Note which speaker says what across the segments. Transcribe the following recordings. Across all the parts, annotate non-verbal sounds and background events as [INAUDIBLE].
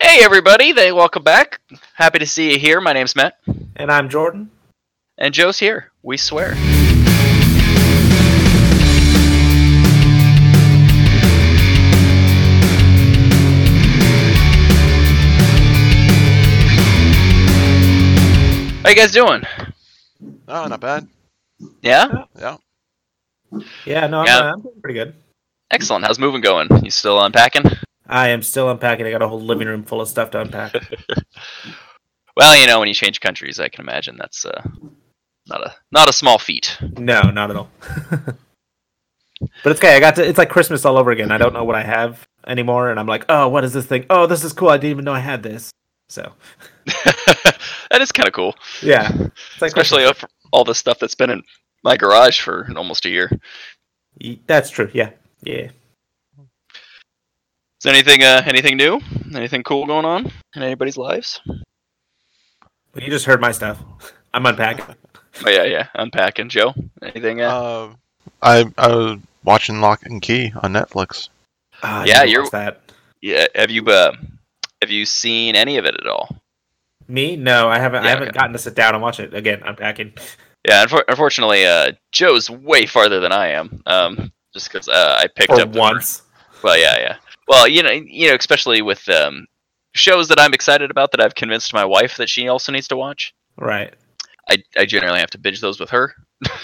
Speaker 1: Hey everybody, they welcome back. Happy to see you here. My name's Matt,
Speaker 2: And I'm Jordan.
Speaker 1: and Joe's here. We swear. How you guys doing?
Speaker 3: No, not bad.
Speaker 1: Yeah,
Speaker 3: Yeah.
Speaker 2: Yeah, no, I'm,
Speaker 1: Yeah.
Speaker 2: uh, I'm doing pretty good.
Speaker 1: excellent. How's moving going? You still unpacking?
Speaker 2: I am still unpacking. I got a whole living room full of stuff
Speaker 1: [LAUGHS]
Speaker 2: to unpack.
Speaker 1: Well, you know, when you change countries, I can imagine that's uh, not a not a small feat. [LAUGHS]
Speaker 2: no, not at all. [LAUGHS] but it's okay. I got to. It's like Christmas all over again. I don't know what I have anymore, and I'm like, oh, what is this thing? Oh, this is cool. I didn't even know I had this. So
Speaker 1: that is kind of cool.
Speaker 2: yeah, it's like
Speaker 1: especially of all the stuff that's been in my garage for almost a year.
Speaker 2: Christmas. Y- that's true. Yeah, yeah.
Speaker 1: Is there anything uh, anything new? Anything cool going on in anybody's lives?
Speaker 2: Well, you just heard my stuff. [LAUGHS] I'm unpacking.
Speaker 1: Oh yeah, yeah. Unpacking, Joe. Anything? Uh,
Speaker 3: Um, I I was watching Lock and Key on Netflix.
Speaker 2: Ah, I
Speaker 1: Yeah,
Speaker 2: didn't
Speaker 1: you're-
Speaker 2: watch that.
Speaker 1: yeah. Have you uh, have you seen any of it at all?
Speaker 2: Me? No, I haven't. I
Speaker 1: Yeah,
Speaker 2: haven't
Speaker 1: okay.
Speaker 2: gotten to sit down and watch it again. Unpacking.
Speaker 1: Yeah. Unfor- unfortunately, uh, Joe's way farther than I am. Um, just because uh, I picked
Speaker 2: Or
Speaker 1: up the
Speaker 2: once.
Speaker 1: fir- well, yeah, yeah. Well, you know, you know, especially with um, shows that I'm excited about that I've convinced my wife that she also needs to watch.
Speaker 2: Right.
Speaker 1: I, I generally have to binge those with her.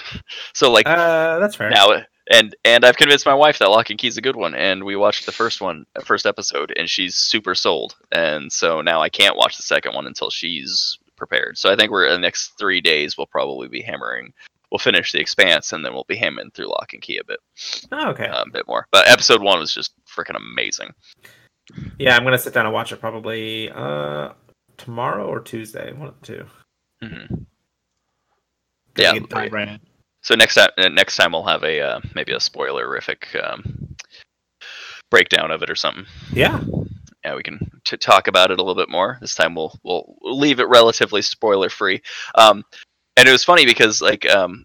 Speaker 1: [LAUGHS] so like
Speaker 2: Uh, that's fair.
Speaker 1: now and and I've convinced my wife that Lock and Key's a good one, and we watched the first one, first episode, and she's super sold. And so now I can't watch the second one until she's prepared. So I think we're in the next three days we'll probably be hammering. We'll finish the Expanse, and then we'll be hammering through Lock and Key a bit,
Speaker 2: Oh, okay.
Speaker 1: a bit more. But episode one was just freaking amazing.
Speaker 2: Yeah, I'm gonna sit down and watch it probably uh tomorrow or Tuesday. One of the two.
Speaker 1: hmm
Speaker 2: Gotta
Speaker 1: Yeah,
Speaker 2: get
Speaker 1: right.
Speaker 2: dive right in.
Speaker 1: So next time, uh, next time we'll have a uh, maybe a spoilerific um, breakdown of it or something.
Speaker 2: Yeah.
Speaker 1: yeah, we can t- talk about it a little bit more. This time we'll we'll we'll leave it relatively spoiler free. Um, and it was funny because like um,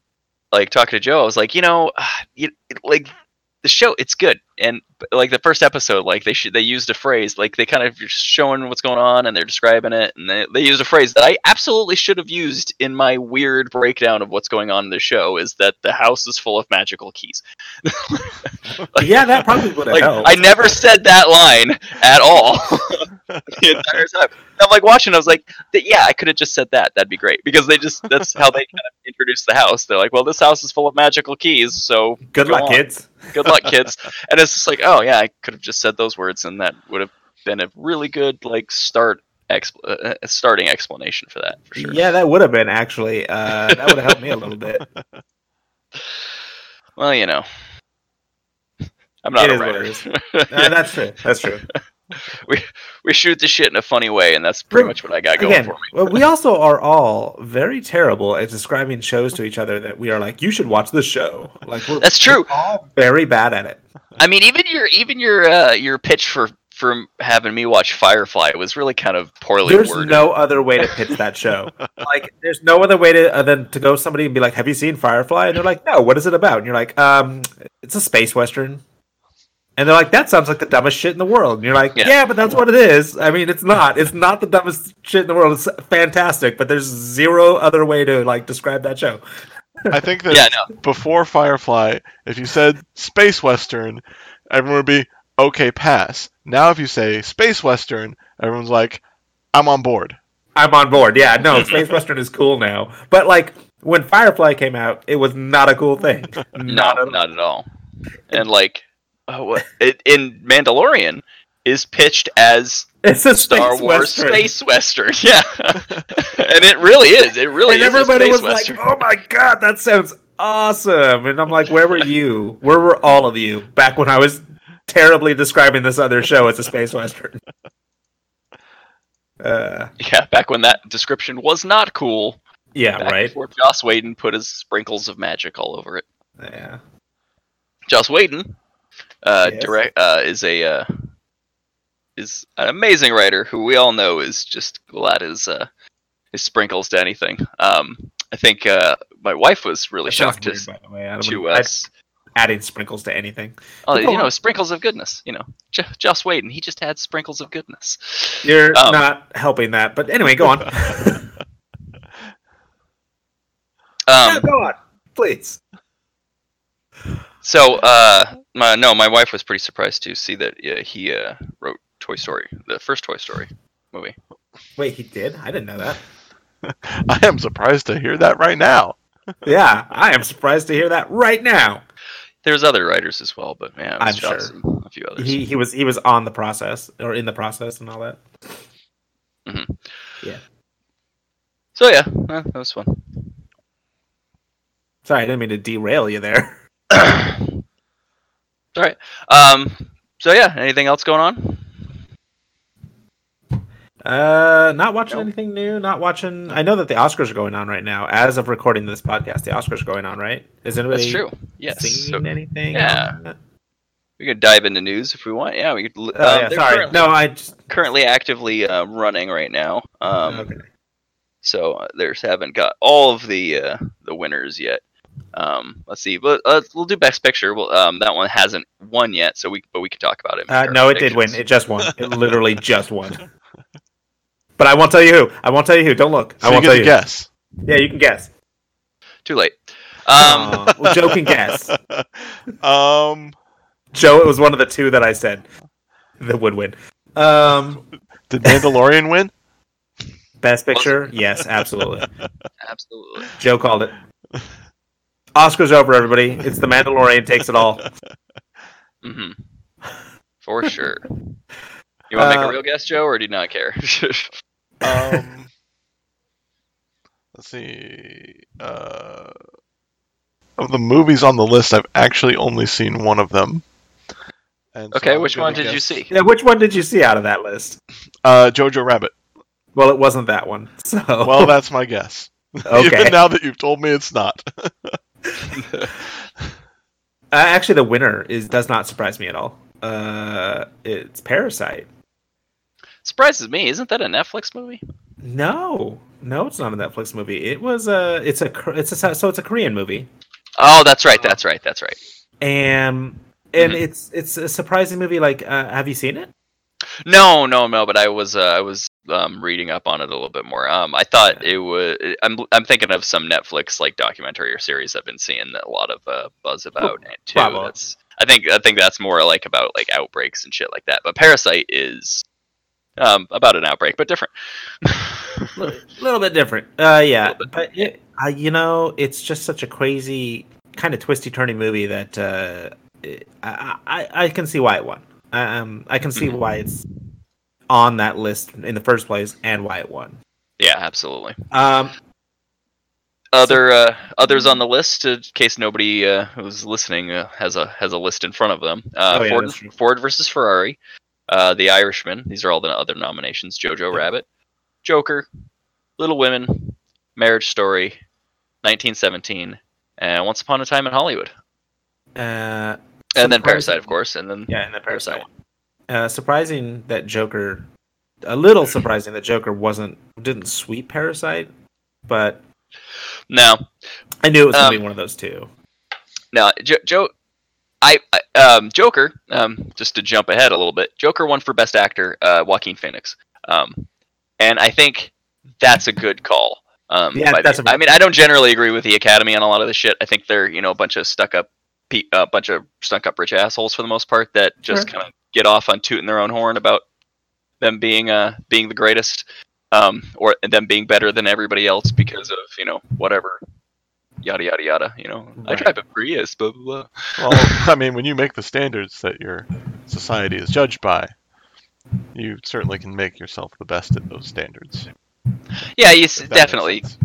Speaker 1: like talking to Joe, I was like, you know, [SIGHS] you, like the show, it's good, and but, like the first episode, like they should they used a phrase, like they kind of just showing what's going on and they're describing it, and they, they used a phrase that I absolutely should have used in my weird breakdown of what's going on in the show is that the house is full of magical keys.
Speaker 2: yeah, that probably would have
Speaker 1: Like
Speaker 2: helped.
Speaker 1: I never said that line at all [LAUGHS] the entire time. I'm like watching. I was like, "Th- yeah, I could have just said that. That'd be great because they just that's how they kind of introduce the house. They're like, well, this house is full of magical keys, so
Speaker 2: Good
Speaker 1: go
Speaker 2: luck,
Speaker 1: on.
Speaker 2: kids.
Speaker 1: good luck, kids. And it's just like, oh yeah, I could have just said those words, and that would have been a really good like start expl- uh, uh, starting explanation for that for sure.
Speaker 2: Yeah, that would have been actually. Uh, that would have helped me a
Speaker 1: [LAUGHS]
Speaker 2: little bit.
Speaker 1: Well, you know. I'm not
Speaker 2: It
Speaker 1: a
Speaker 2: is what
Speaker 1: writer. [LAUGHS]
Speaker 2: it is. Uh, that's true. That's true.
Speaker 1: We shoot the shit in a funny way, and that's pretty
Speaker 2: Rem-
Speaker 1: much what I got going
Speaker 2: Again,
Speaker 1: for me.
Speaker 2: well, we also are all very terrible at describing shows to each other that we are like, you should watch this show. Like we're
Speaker 1: That's true.
Speaker 2: we're all very bad at it.
Speaker 1: I mean, even your even your uh, your pitch for for having me watch Firefly was really kind of poorly
Speaker 2: there's
Speaker 1: worded.
Speaker 2: no other way to pitch
Speaker 1: [LAUGHS]
Speaker 2: that show. like, there's no other way to uh, than to go to somebody and be like, "Have you seen Firefly?" And they're like, "No, what is it about?" And you're like, "Um, it's a space western." And they're like, "That sounds like the dumbest shit in the world." And you're like,
Speaker 1: Yeah.
Speaker 2: "Yeah, but that's what it is. I mean, it's not. It's not the dumbest shit in the world. It's fantastic, but there's zero other way to like describe that show."
Speaker 3: I think that
Speaker 1: yeah, no,
Speaker 3: before Firefly, if you said space western, everyone would be okay. Pass. Now, if you say space western, everyone's like, I'm on board. [LAUGHS]
Speaker 2: I'm on board. Yeah,
Speaker 1: [LAUGHS]
Speaker 2: no, space western is cool now. But like when Firefly came out, it was not a cool thing.
Speaker 1: no,
Speaker 2: Not at
Speaker 1: [LAUGHS]
Speaker 2: all.
Speaker 1: not, at all. And like, oh, what it, in Mandalorian is pitched as
Speaker 2: It's a
Speaker 1: Star
Speaker 2: space
Speaker 1: Wars
Speaker 2: western.
Speaker 1: space western. [LAUGHS] Yeah, and it really is. It really
Speaker 2: and
Speaker 1: is. a
Speaker 2: everybody
Speaker 1: space
Speaker 2: was
Speaker 1: western.
Speaker 2: like, "Oh my god, that sounds awesome!" And I'm like, "Where were you? Where were all of you back when I was terribly describing this other show as a space western?" Uh,
Speaker 1: yeah, back when that description was not cool.
Speaker 2: yeah,
Speaker 1: back
Speaker 2: right.
Speaker 1: Before Joss Whedon put his sprinkles of magic all over it.
Speaker 2: Yeah,
Speaker 1: Joss Whedon, uh,
Speaker 2: Yes.
Speaker 1: direct uh, is a uh, is an amazing writer who we all know is just will add his uh, his sprinkles to anything. Um, I think uh, my wife was really
Speaker 2: That sounds
Speaker 1: shocked to,
Speaker 2: weird, by the way. I,
Speaker 1: to
Speaker 2: wouldn't-
Speaker 1: us
Speaker 2: adding sprinkles to anything.
Speaker 1: Oh, you
Speaker 2: People-
Speaker 1: know, sprinkles of goodness. You know, J- Joss Whedon, he just had sprinkles of goodness.
Speaker 2: You're
Speaker 1: Um,
Speaker 2: not helping that, but anyway,
Speaker 1: [LAUGHS]
Speaker 2: go on. [LAUGHS] Yeah,
Speaker 1: Um,
Speaker 2: go on, please.
Speaker 1: so, uh, my, no, my wife was pretty surprised to see that uh, he uh, wrote Toy Story, the first Toy Story movie.
Speaker 2: Wait, he did? I didn't know that.
Speaker 3: I am surprised to hear that right now.
Speaker 2: Yeah, I am surprised to hear that right now.
Speaker 1: There's other writers as well, but man, it was
Speaker 2: I'm
Speaker 1: Joss
Speaker 2: sure.
Speaker 1: and a few others.
Speaker 2: He he was he was on the process or in the process and all that.
Speaker 1: so yeah, uh, that was fun.
Speaker 2: Sorry, I didn't mean to derail you there. [LAUGHS]
Speaker 1: All right. Um, so yeah, anything else going on?
Speaker 2: Uh, not watching
Speaker 1: Nope.
Speaker 2: anything new. Not watching. I know that the Oscars are going on right now. As of recording this podcast, the Oscars are going on, right? Is anybody
Speaker 1: That's true. Yes.
Speaker 2: seeing
Speaker 1: So
Speaker 2: anything? Uh,
Speaker 1: yeah. Um,
Speaker 2: on that?
Speaker 1: we could dive into news if we want. Yeah, we could. l-
Speaker 2: Oh,
Speaker 1: um,
Speaker 2: yeah
Speaker 1: they're
Speaker 2: sorry.
Speaker 1: currently,
Speaker 2: No, I just.
Speaker 1: currently actively uh, running right now. Um,
Speaker 2: okay.
Speaker 1: so uh, there's haven't got all of the uh, the winners yet. Um, let's see, but uh, we'll do best picture. Well, um, that one hasn't won yet, so we but we can talk about it. and
Speaker 2: Uh,
Speaker 1: make our
Speaker 2: no, it did win.
Speaker 1: predictions.
Speaker 2: It just won. It
Speaker 1: [LAUGHS]
Speaker 2: literally just won. But I won't tell you who. I won't tell you who. Don't look. I
Speaker 3: So you
Speaker 2: won't
Speaker 3: get
Speaker 2: tell
Speaker 3: to
Speaker 2: you.
Speaker 3: guess.
Speaker 2: Yeah, you can guess.
Speaker 1: Too late. Um,
Speaker 2: Aw, well, Joe
Speaker 1: [LAUGHS]
Speaker 2: can guess.
Speaker 3: [LAUGHS] um,
Speaker 2: Joe, it was one of the two that I said that would win. Um,
Speaker 3: did Mandalorian win?
Speaker 2: best picture? Yes, absolutely.
Speaker 1: absolutely.
Speaker 2: Joe called it. Oscar's over, everybody. It's the Mandalorian takes it
Speaker 3: [LAUGHS]
Speaker 2: all.
Speaker 1: hmm For sure. You want to make a
Speaker 2: Uh,
Speaker 1: real guess, Joe, or do you not care? [LAUGHS]
Speaker 3: Um, let's see. Uh, of the movies on the list, I've actually only seen one of them. And so
Speaker 1: okay,
Speaker 3: I'm
Speaker 1: which
Speaker 3: gonna
Speaker 1: one did you
Speaker 3: guess-
Speaker 1: see?
Speaker 2: Yeah, which one did you see out of that list?
Speaker 3: Uh, Jojo Rabbit.
Speaker 2: Well, it wasn't that one. So
Speaker 3: Well, that's my guess.
Speaker 2: Oh. [LAUGHS] okay.
Speaker 3: Even now that you've told me it's not. [LAUGHS]
Speaker 2: Uh, actually, the winner is does not surprise me at all. Uh, it's Parasite.
Speaker 1: Surprises me. Isn't that a Netflix movie?
Speaker 2: No, no, it's not a Netflix movie. It was a. It's a. Kor- It's a. So it's a Korean movie,
Speaker 1: Oh, that's right. That's right. That's right.
Speaker 2: and and
Speaker 1: Mhm.
Speaker 3: Mm-hmm.
Speaker 2: it's it's a surprising movie. Like, uh, have you seen it?
Speaker 1: No, no, no. But I was, uh, I was um, reading up on it a little bit more. Um, I thought it was. I'm, I'm thinking of some Netflix like documentary or series I've been seeing that a lot of uh, buzz about and too.
Speaker 2: bravo.
Speaker 1: That's. I think, I think that's more like about like outbreaks and shit like that. But Parasite is, um, about an outbreak but different. [LAUGHS]
Speaker 2: A little bit different. Uh, yeah,
Speaker 1: Little bit
Speaker 2: but it, uh, you know, it's just such a crazy kind of twisty turny movie that uh, it, I, I I can see why it won. Um, I can see
Speaker 1: Mhm.
Speaker 2: why it's on that list in the first place and why it won.
Speaker 1: yeah, absolutely.
Speaker 2: Um,
Speaker 1: other uh, others on the list in case nobody uh, who's listening uh, has a has a list in front of them. Uh,
Speaker 2: Oh, yeah,
Speaker 1: Ford,
Speaker 2: that's true.
Speaker 1: Ford versus Ferrari, uh, The Irishman. These are all the other nominations: Jojo Rabbit, Joker, Little Women, Marriage Story, 1917, and Once Upon a Time in Hollywood,
Speaker 2: uh,
Speaker 1: and then
Speaker 2: Surprising.
Speaker 1: Parasite, of course, and then
Speaker 2: yeah, and the Parasite.
Speaker 1: Parasite.
Speaker 2: Uh, surprising that Joker, a little surprising that Joker wasn't didn't sweep Parasite, but
Speaker 1: Now,
Speaker 2: I knew it was gonna be
Speaker 1: Um,
Speaker 2: one of those two.
Speaker 1: Now, jo- Joe, I, I um, Joker. Um, just to jump ahead a little bit, Joker won for Best Actor, uh, Joaquin Phoenix. Um, and I think that's a good call. Um,
Speaker 2: Yeah,
Speaker 1: by the-
Speaker 2: that's a-
Speaker 1: I mean, I don't generally agree with the Academy on a lot of this shit. I think they're you know a bunch of stuck up, pe- a bunch of stuck up rich assholes for the most part that just
Speaker 2: Sure.
Speaker 1: kind of get off on tooting their own horn about them being uh being the greatest, um, or them being better than everybody else because of you know whatever yada yada yada. You know, I
Speaker 2: Right.
Speaker 1: drive a Prius, blah blah blah.
Speaker 3: Well, I mean, when you make the standards that your society is judged by, you certainly can make yourself the best at those standards.
Speaker 1: Yeah, yes,
Speaker 3: if that makes
Speaker 1: definitely.
Speaker 3: sense.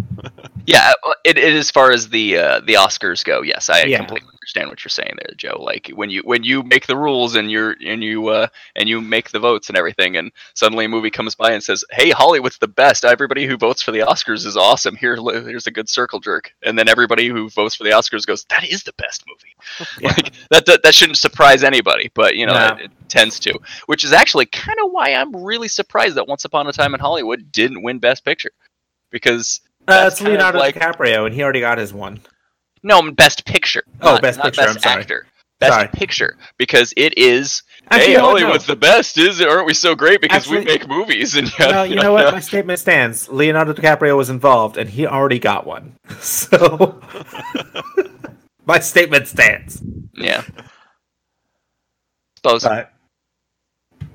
Speaker 1: Yeah, uh, it, it as far as the uh, the Oscars go. Yes, I
Speaker 2: Yeah.
Speaker 1: completely understand what you're saying there, Joe. Like when you when you make the rules and you're and you uh, and you make the votes and everything, and suddenly a movie comes by and says, "Hey, Hollywood's the best. Everybody who votes for the Oscars is awesome. Here, li- here's a good circle jerk." And then everybody who votes for the Oscars goes, "That is the best movie."
Speaker 2: Yeah.
Speaker 1: [LAUGHS] Like that, that that shouldn't surprise anybody, but you know
Speaker 2: No.
Speaker 1: it, it tends to, which is actually kind of why I'm really surprised that Once Upon a Time in Hollywood didn't win Best Picture, because
Speaker 2: Uh,
Speaker 1: that's
Speaker 2: it's
Speaker 1: kind of
Speaker 2: Leonardo
Speaker 1: like-
Speaker 2: DiCaprio, and he already got his one.
Speaker 1: No, best picture.
Speaker 2: Oh,
Speaker 1: not-
Speaker 2: Best
Speaker 1: not
Speaker 2: Picture, I'm sorry.
Speaker 1: actor. Best
Speaker 2: Sorry.
Speaker 1: picture because it is.
Speaker 2: Actually,
Speaker 1: hey,
Speaker 2: you know what?
Speaker 1: Hollywood's
Speaker 2: No.
Speaker 1: the best, is it? Aren't we so great because we
Speaker 2: Actually-
Speaker 1: make movies? And [LAUGHS]
Speaker 2: Well, you know what? My statement stands. Leonardo DiCaprio was involved, and he already got one. [LAUGHS] So [LAUGHS] my statement stands.
Speaker 1: Yeah. Suppose,
Speaker 2: But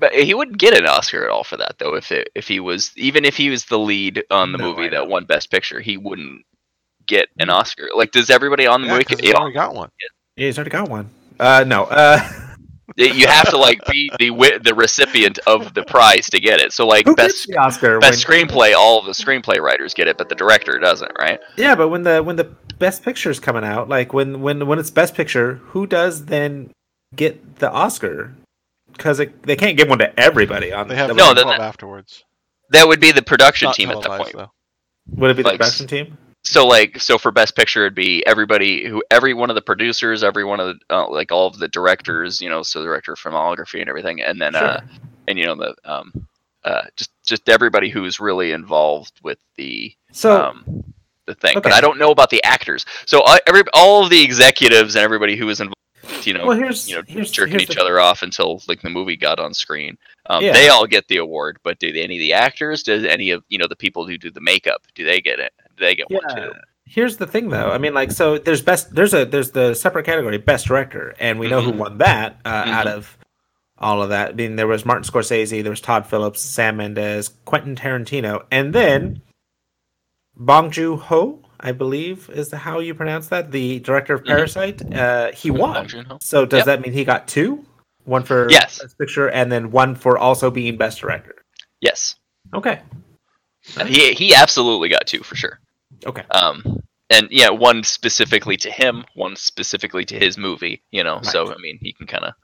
Speaker 1: but he wouldn't get an Oscar at all for that though. If it, if he was even if he was the lead on the
Speaker 2: No, I
Speaker 1: movie
Speaker 2: know.
Speaker 1: that won Best Picture, he wouldn't get an Oscar. Like, does everybody on the
Speaker 3: Mm. Yeah,
Speaker 1: movie?
Speaker 3: 'cause
Speaker 1: get-
Speaker 3: he's already got one.
Speaker 2: yeah, he's already got one. Uh, no. Uh, [LAUGHS]
Speaker 1: you have to like be the wi- the recipient of the prize to get it. So like
Speaker 2: who
Speaker 1: best
Speaker 2: gets the Oscar?
Speaker 1: best
Speaker 2: when-
Speaker 1: screenplay, all the screenplay writers get it, but the director doesn't, right?
Speaker 2: Yeah, but when the when the best picture's coming out, like when when when it's best picture, who does then get the Oscar? Because they can't give one to everybody on.
Speaker 3: They have
Speaker 2: the,
Speaker 1: No,
Speaker 3: no,
Speaker 1: that-
Speaker 3: club afterwards.
Speaker 1: That would be the production
Speaker 3: Not
Speaker 1: team at that
Speaker 3: televised,
Speaker 1: point.
Speaker 3: though.
Speaker 2: would it be the
Speaker 1: like,
Speaker 2: production team?
Speaker 1: So like so for best picture it'd be everybody who every one of the producers, every one of the uh, like all of the directors, you know, so the director of filmography and everything, and then uh and you know the um uh just just everybody who's really involved with the
Speaker 2: So
Speaker 1: um the thing. But
Speaker 2: okay.
Speaker 1: I don't know about the actors. So I, every all of the executives and everybody who was involved, you know,
Speaker 2: well, here's
Speaker 1: you know,
Speaker 2: here's,
Speaker 1: jerking
Speaker 2: here's
Speaker 1: each
Speaker 2: the-
Speaker 1: other off until like the movie got on screen. Um,
Speaker 2: Yeah.
Speaker 1: They all get the award, but do any of the actors? Does any of you know the people who do the makeup? Do they get it? Do they get one
Speaker 2: Yeah.
Speaker 1: too?
Speaker 2: Here's the thing,
Speaker 1: Mm-hmm.
Speaker 2: though. I mean, like, so there's best. There's a there's the separate category, best director, and we know
Speaker 1: Mm-hmm.
Speaker 2: who won that uh, out
Speaker 1: Mhm.
Speaker 2: of all of that. I mean, there was Martin Scorsese, there was Todd Phillips, Sam Mendes, Quentin Tarantino, and then
Speaker 1: Mm-hmm.
Speaker 2: Bong Joon Ho, I believe, is the, how you pronounce that. The director of
Speaker 1: Mhm.
Speaker 2: Parasite, uh, he
Speaker 1: Bong
Speaker 2: won.
Speaker 1: Joon-ho?
Speaker 2: So does
Speaker 1: Yep.
Speaker 2: that mean he got two? One for
Speaker 1: Yes.
Speaker 2: best picture, and then one for also being best director.
Speaker 1: Yes,
Speaker 2: Okay.
Speaker 1: Uh, he he absolutely got two for sure.
Speaker 2: Okay.
Speaker 1: Um, and yeah, one specifically to him, one specifically to his movie. You know, so I mean, he can kind of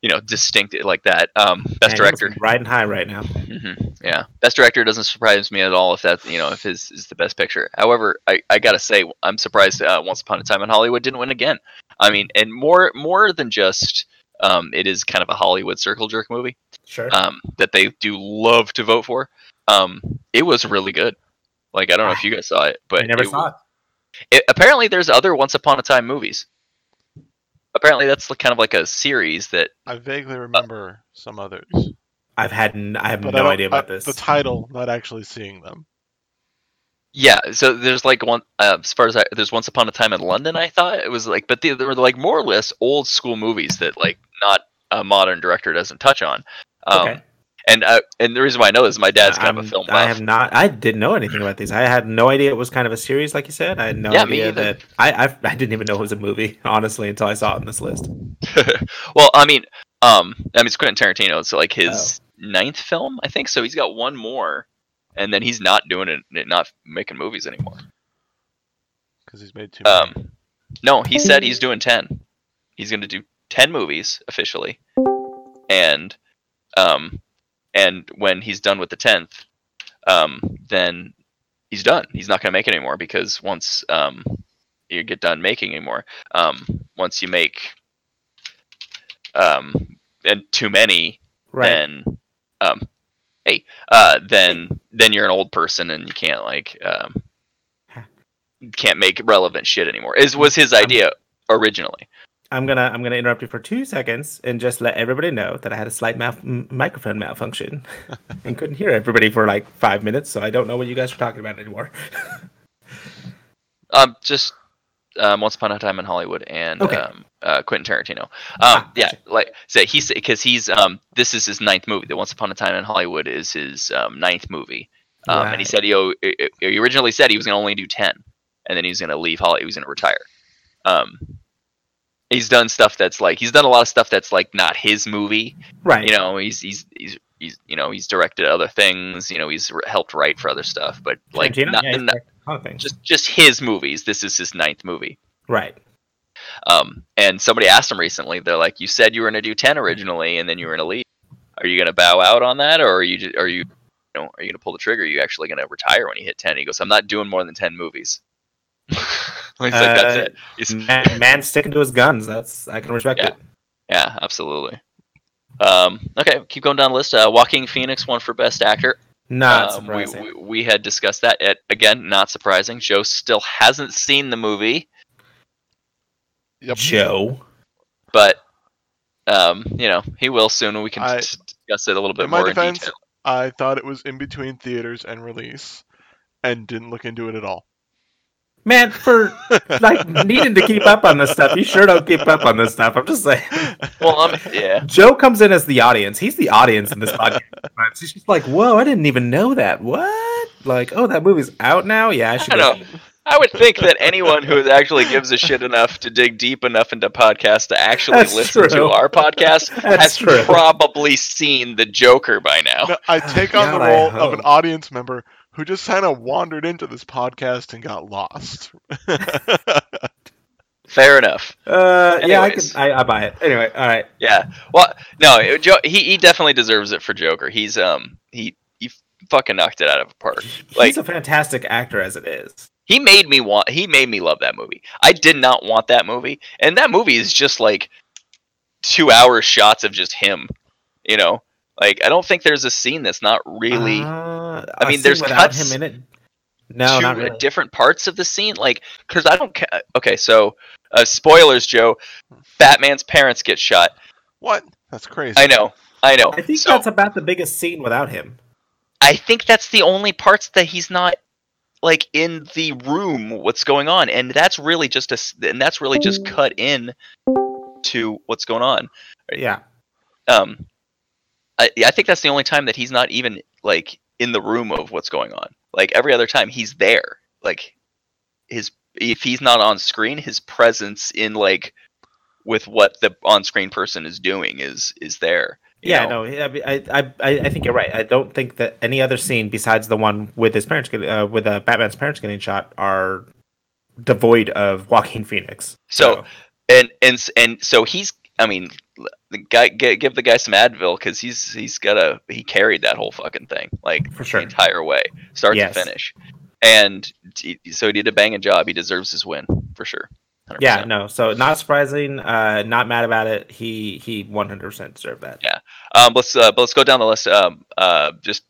Speaker 1: you know distinct it like that. Um, best
Speaker 2: Man, he must be
Speaker 1: director.
Speaker 2: riding high right now.
Speaker 1: hmm Yeah, best director doesn't surprise me at all. If that you know if his is the best picture. However, I, I gotta say I'm surprised. Uh, Once upon a time in Hollywood didn't win again. I mean, and more more than just um, it is kind of a Hollywood circle jerk movie
Speaker 2: Sure.
Speaker 1: um, that they do love to vote for. Um, it was really good. Like I don't know if you guys saw it, but
Speaker 2: I never
Speaker 1: it,
Speaker 2: saw it.
Speaker 1: it- apparently there's other Once Upon a Time movies. Apparently that's kind of like a series that
Speaker 3: I
Speaker 1: Uh,
Speaker 3: vaguely remember some others,
Speaker 2: I've had n- I have
Speaker 3: but I
Speaker 2: no
Speaker 3: don't-
Speaker 2: idea about
Speaker 3: I-
Speaker 2: this.
Speaker 3: The title, not actually seeing them.
Speaker 1: Yeah, so there's like one uh, as far as I, there's Once Upon a Time in London. I thought it was like, but they, they were like more or less old school movies that like not a modern director doesn't touch on. Um,
Speaker 2: Okay.
Speaker 1: And uh, and the reason why I know is my dad's kind of
Speaker 2: I'm-
Speaker 1: a film
Speaker 2: I
Speaker 1: buff.
Speaker 2: have not. I didn't know anything about these. I had no idea it was kind of a series, like you said. I had no
Speaker 1: Yeah, me
Speaker 2: idea
Speaker 1: either.
Speaker 2: that I, I I didn't even know it was a movie, [LAUGHS] honestly, until I saw it on this list.
Speaker 1: well, I mean, um, I mean it's Quentin Tarantino. It's like his ninth film, I think. So he's got one more, and then he's not doing it, not making movies anymore.
Speaker 3: because he's made too many.
Speaker 1: Um, no, he said he's doing ten. He's going to do ten movies officially, and um, and when he's done with the tenth, um, then he's done. He's not going to make it anymore because once um, you get done making anymore, um, once you make um, and too many,
Speaker 2: Right.
Speaker 1: then um, hey, uh, then then you're an old person and you can't like um, can't make relevant shit anymore. Is was his idea originally?
Speaker 2: I'm gonna I'm gonna interrupt you for two seconds and just let everybody know that I had a slight mal- m- microphone malfunction
Speaker 3: [LAUGHS]
Speaker 2: and couldn't hear everybody for like five minutes. So I don't know what you guys were talking about anymore. [LAUGHS]
Speaker 1: Um, just um, Once Upon a Time in Hollywood and
Speaker 2: Okay.
Speaker 1: um, uh, Quentin Tarantino. Um,
Speaker 2: Ah,
Speaker 1: yeah,
Speaker 2: gotcha.
Speaker 1: like so he's because he's um this is his ninth movie. The Once Upon a Time in Hollywood is his um, ninth movie. Um, and he
Speaker 2: Right.
Speaker 1: said he, o- he he originally said he was gonna only do ten, and then he was gonna leave Hollywood. He was gonna retire. Um, he's done stuff that's like he's done a lot of stuff that's like not his movie.
Speaker 2: Right.
Speaker 1: you know he's he's he's he's you know he's directed other things you know he's r- helped write for other stuff but like
Speaker 2: Tarantino?
Speaker 1: not,
Speaker 2: Yeah, he's
Speaker 1: not-
Speaker 2: directed a lot of things.
Speaker 1: just just his movies this is his ninth movie
Speaker 2: right.
Speaker 1: um and somebody asked him recently they're like you said you were going to do 10 originally and then you were going to leave are you going to bow out on that or are you ju- are you you know, are you going to pull the trigger? Are you actually going to retire when you hit 10? He goes, I'm not doing more than 10
Speaker 2: [LAUGHS]
Speaker 1: movies. He's like, that's
Speaker 2: Uh,
Speaker 1: it. He's-
Speaker 2: Man, man sticking to his guns. That's I can respect
Speaker 1: Yeah.
Speaker 2: it.
Speaker 1: Yeah, absolutely. Um, okay, keep going down the list. Uh, Walking Phoenix won for Best Actor.
Speaker 2: Not
Speaker 1: Um, we,
Speaker 2: surprising.
Speaker 1: we, we had discussed that. It, again, not surprising. Joe still hasn't seen the movie.
Speaker 3: Yep.
Speaker 2: Joe.
Speaker 1: but um, you know he will soon, and we can
Speaker 3: I-
Speaker 1: s- discuss it a little bit
Speaker 3: in my
Speaker 1: more in
Speaker 3: defense,
Speaker 1: detail.
Speaker 3: I thought it was in between theaters and release, and didn't look into it
Speaker 1: [LAUGHS]
Speaker 3: at all. [LAUGHS]
Speaker 2: Man, for like needing to keep up on this stuff, you sure don't keep up on this stuff. I'm just saying.
Speaker 1: Well, I'm, yeah,
Speaker 2: Joe comes in as the audience. He's the audience in this podcast. He's just like, whoa, I didn't even know that. What? Like, oh, that movie's out now? Yeah, I should
Speaker 1: I
Speaker 2: go.
Speaker 1: don't know. I would think that anyone who actually gives a shit enough to dig deep enough into podcasts to actually
Speaker 2: That's
Speaker 1: listen
Speaker 2: true.
Speaker 1: to our podcast
Speaker 2: That's
Speaker 1: has
Speaker 2: true.
Speaker 1: probably seen the Joker by now.
Speaker 3: No, I take on the
Speaker 2: God, I
Speaker 3: role of an
Speaker 2: hope.
Speaker 3: audience member who just kind of wandered into this podcast and got lost.
Speaker 1: Fair enough.
Speaker 2: Uh, yeah, I, can,
Speaker 1: Anyways.
Speaker 2: I, I buy it. Anyway, all right.
Speaker 1: Yeah. Well, no, it- Joe, he he definitely deserves it for Joker. He's um he he fucking knocked it out of a park. Like-
Speaker 2: He's a fantastic actor as it is.
Speaker 1: He made me want he made me love that movie. I did not want that movie. And that movie is just like 2 hour shots of just him, you know? Like I don't think there's a scene that's not really
Speaker 2: Uh,
Speaker 1: I mean,
Speaker 2: a
Speaker 1: there's
Speaker 2: scene without
Speaker 1: cuts
Speaker 2: him in it. No,
Speaker 1: two
Speaker 2: not really.
Speaker 1: different parts of the scene like cuz I don't ca- okay, so uh, spoilers Joe, Batman's parents get shot.
Speaker 3: what? That's crazy.
Speaker 1: I know. I know.
Speaker 2: I think
Speaker 1: So-
Speaker 2: that's about the biggest scene without him.
Speaker 1: I think that's the only parts that he's not like in the room what's going on and that's really just a s- and that's really just cut in to what's going on
Speaker 2: Yeah,
Speaker 1: um I, I think that's the only time that he's not even like in the room of what's going on like every other time he's there like his if he's not on screen his presence in like with what the on-screen person is doing is is there you
Speaker 2: yeah,
Speaker 1: know?
Speaker 2: no, yeah, I, I, I, I think you're right. I don't think that any other scene besides the one with his parents, getting, uh, with uh, Batman's parents getting shot, are devoid of Joaquin Phoenix.
Speaker 1: So- and and s- and so he's i mean l- the guy g- give the guy some advil because he's he's got a he carried that whole fucking thing like
Speaker 2: for sure,
Speaker 1: the entire way start
Speaker 2: Yes.
Speaker 1: to finish and he, so he did a banging job he deserves his win for sure 100%.
Speaker 2: yeah, no. So not surprising. Uh, not mad about it. He he 100 percent deserved that.
Speaker 1: Yeah. um let's uh, let's go down the list um uh just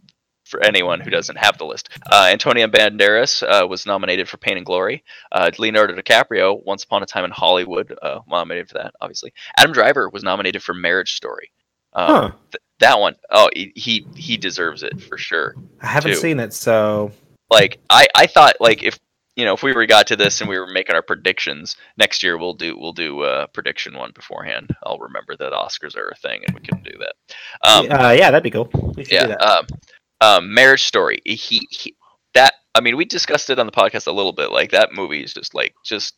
Speaker 1: for anyone who doesn't have the list, uh, Antonio Banderas uh, was nominated for Pain and Glory. Uh, Leonardo DiCaprio, Once Upon a Time in Hollywood, uh, nominated for that, obviously. Adam Driver was nominated for Marriage Story. Um,
Speaker 2: Huh.
Speaker 1: that one oh he- he he deserves it for sure
Speaker 2: I haven't
Speaker 1: two.
Speaker 2: seen it, so
Speaker 1: like i i thought like if you know if we were got to this and we were making our predictions next year we'll do we'll do uh prediction one beforehand i'll remember that oscars are a thing and we can do that um
Speaker 2: uh, yeah, that'd be cool. We should do
Speaker 1: yeah
Speaker 2: that.
Speaker 1: um, um marriage story he, he that i mean we discussed it on the podcast a little bit like that movie is just like just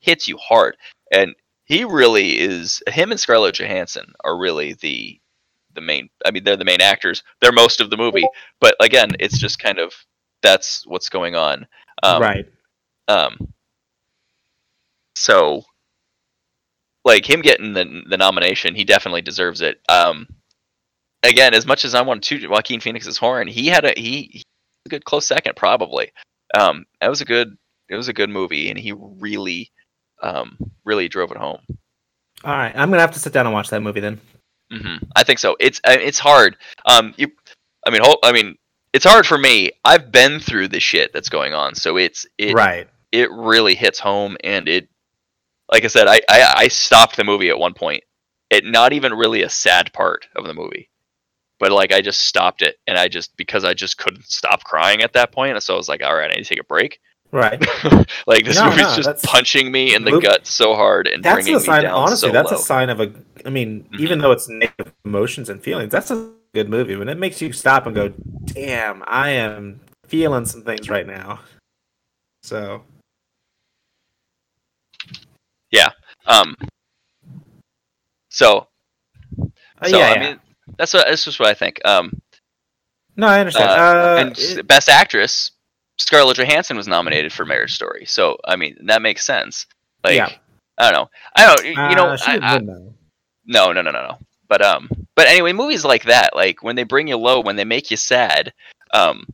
Speaker 1: hits you hard and he really is him and scarlett johansson are really the the main i mean they're the main actors they're most of the movie but again it's just kind of that's what's going on um,
Speaker 2: right.
Speaker 1: um so like him getting the the nomination he definitely deserves it um again as much as i want to toot joaquin phoenix's horn he had a he, he a good close second probably um that was a good it was a good movie and he really um really drove it home
Speaker 2: All right, I'm gonna have to sit down and watch that movie then.
Speaker 1: hmm I think so. It's I- it's hard. Um, you, I mean, ho- I mean, it's hard for me. I've been through the shit that's going on, so it's it
Speaker 2: right.
Speaker 1: it really hits home, and it, like I said, I I, I stopped the movie at one point. It not even really a sad part of the movie, but like I just stopped it, and I just because I just couldn't stop crying at that point, and so I was like, all right, I need to take a break. [LAUGHS]
Speaker 2: Right.
Speaker 1: like this
Speaker 2: No,
Speaker 1: movie's
Speaker 2: no,
Speaker 1: just
Speaker 2: that's-
Speaker 1: punching me in the
Speaker 2: Movie-
Speaker 1: gut so hard and
Speaker 2: That's
Speaker 1: bringing
Speaker 2: a sign.
Speaker 1: me down
Speaker 2: Honestly,
Speaker 1: so
Speaker 2: that's
Speaker 1: low. Mm-hmm.
Speaker 2: a sign of a. I mean, even though it's negative emotions and feelings, that's a good movie when it makes you stop and go, "Damn, I am feeling some things right now." So
Speaker 1: um, so
Speaker 2: uh,
Speaker 1: so
Speaker 2: yeah,
Speaker 1: I
Speaker 2: yeah.
Speaker 1: mean, that's what that's just what I think. Um,
Speaker 2: no, I understand.
Speaker 1: uh,
Speaker 2: Uh,
Speaker 1: and s-
Speaker 2: it-
Speaker 1: best actress, Scarlett Johansson was nominated for Marriage Story, so I mean that makes sense. Like
Speaker 2: Yeah.
Speaker 1: I don't know, I don't you know
Speaker 2: uh, she
Speaker 1: I,
Speaker 2: didn't
Speaker 1: I-
Speaker 2: win, though.
Speaker 1: no no no no no. But um, but anyway, movies like that, like when they bring you low, when they make you sad, um,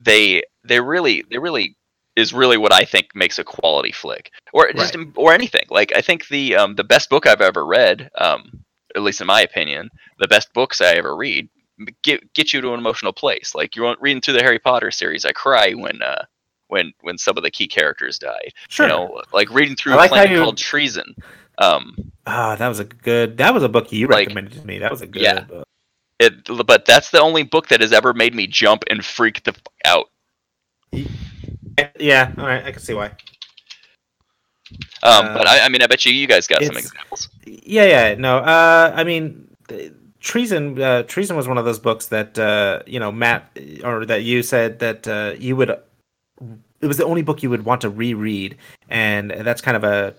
Speaker 1: they they really they really is really what I think makes a quality flick, or just or anything. Like I think the um the best book I've ever read, um, at least in my opinion, the best books I ever read m- get get you to an emotional place. Like you are reading through the Harry Potter series, I cry when uh when when some of the key characters die.
Speaker 2: Sure.
Speaker 1: You know, like reading through
Speaker 2: I like
Speaker 1: a planet
Speaker 2: how you-
Speaker 1: called Treason. Um,
Speaker 2: Ah, that was a good. That was a book you
Speaker 1: Like-
Speaker 2: recommended to me. That was a good
Speaker 1: Yeah.
Speaker 2: book.
Speaker 1: it, but that's the only book that has ever made me jump and freak the f- out.
Speaker 2: Yeah, all right, I can see why.
Speaker 1: Um,
Speaker 2: Uh,
Speaker 1: but I, I mean, I bet you you guys got some
Speaker 2: it's-
Speaker 1: examples.
Speaker 2: Yeah, yeah, no. Uh, I mean, th- treason. Uh, treason was one of those books that uh, you know Matt or that you said that uh, you would. It was the only book you would want to reread, and that's kind of a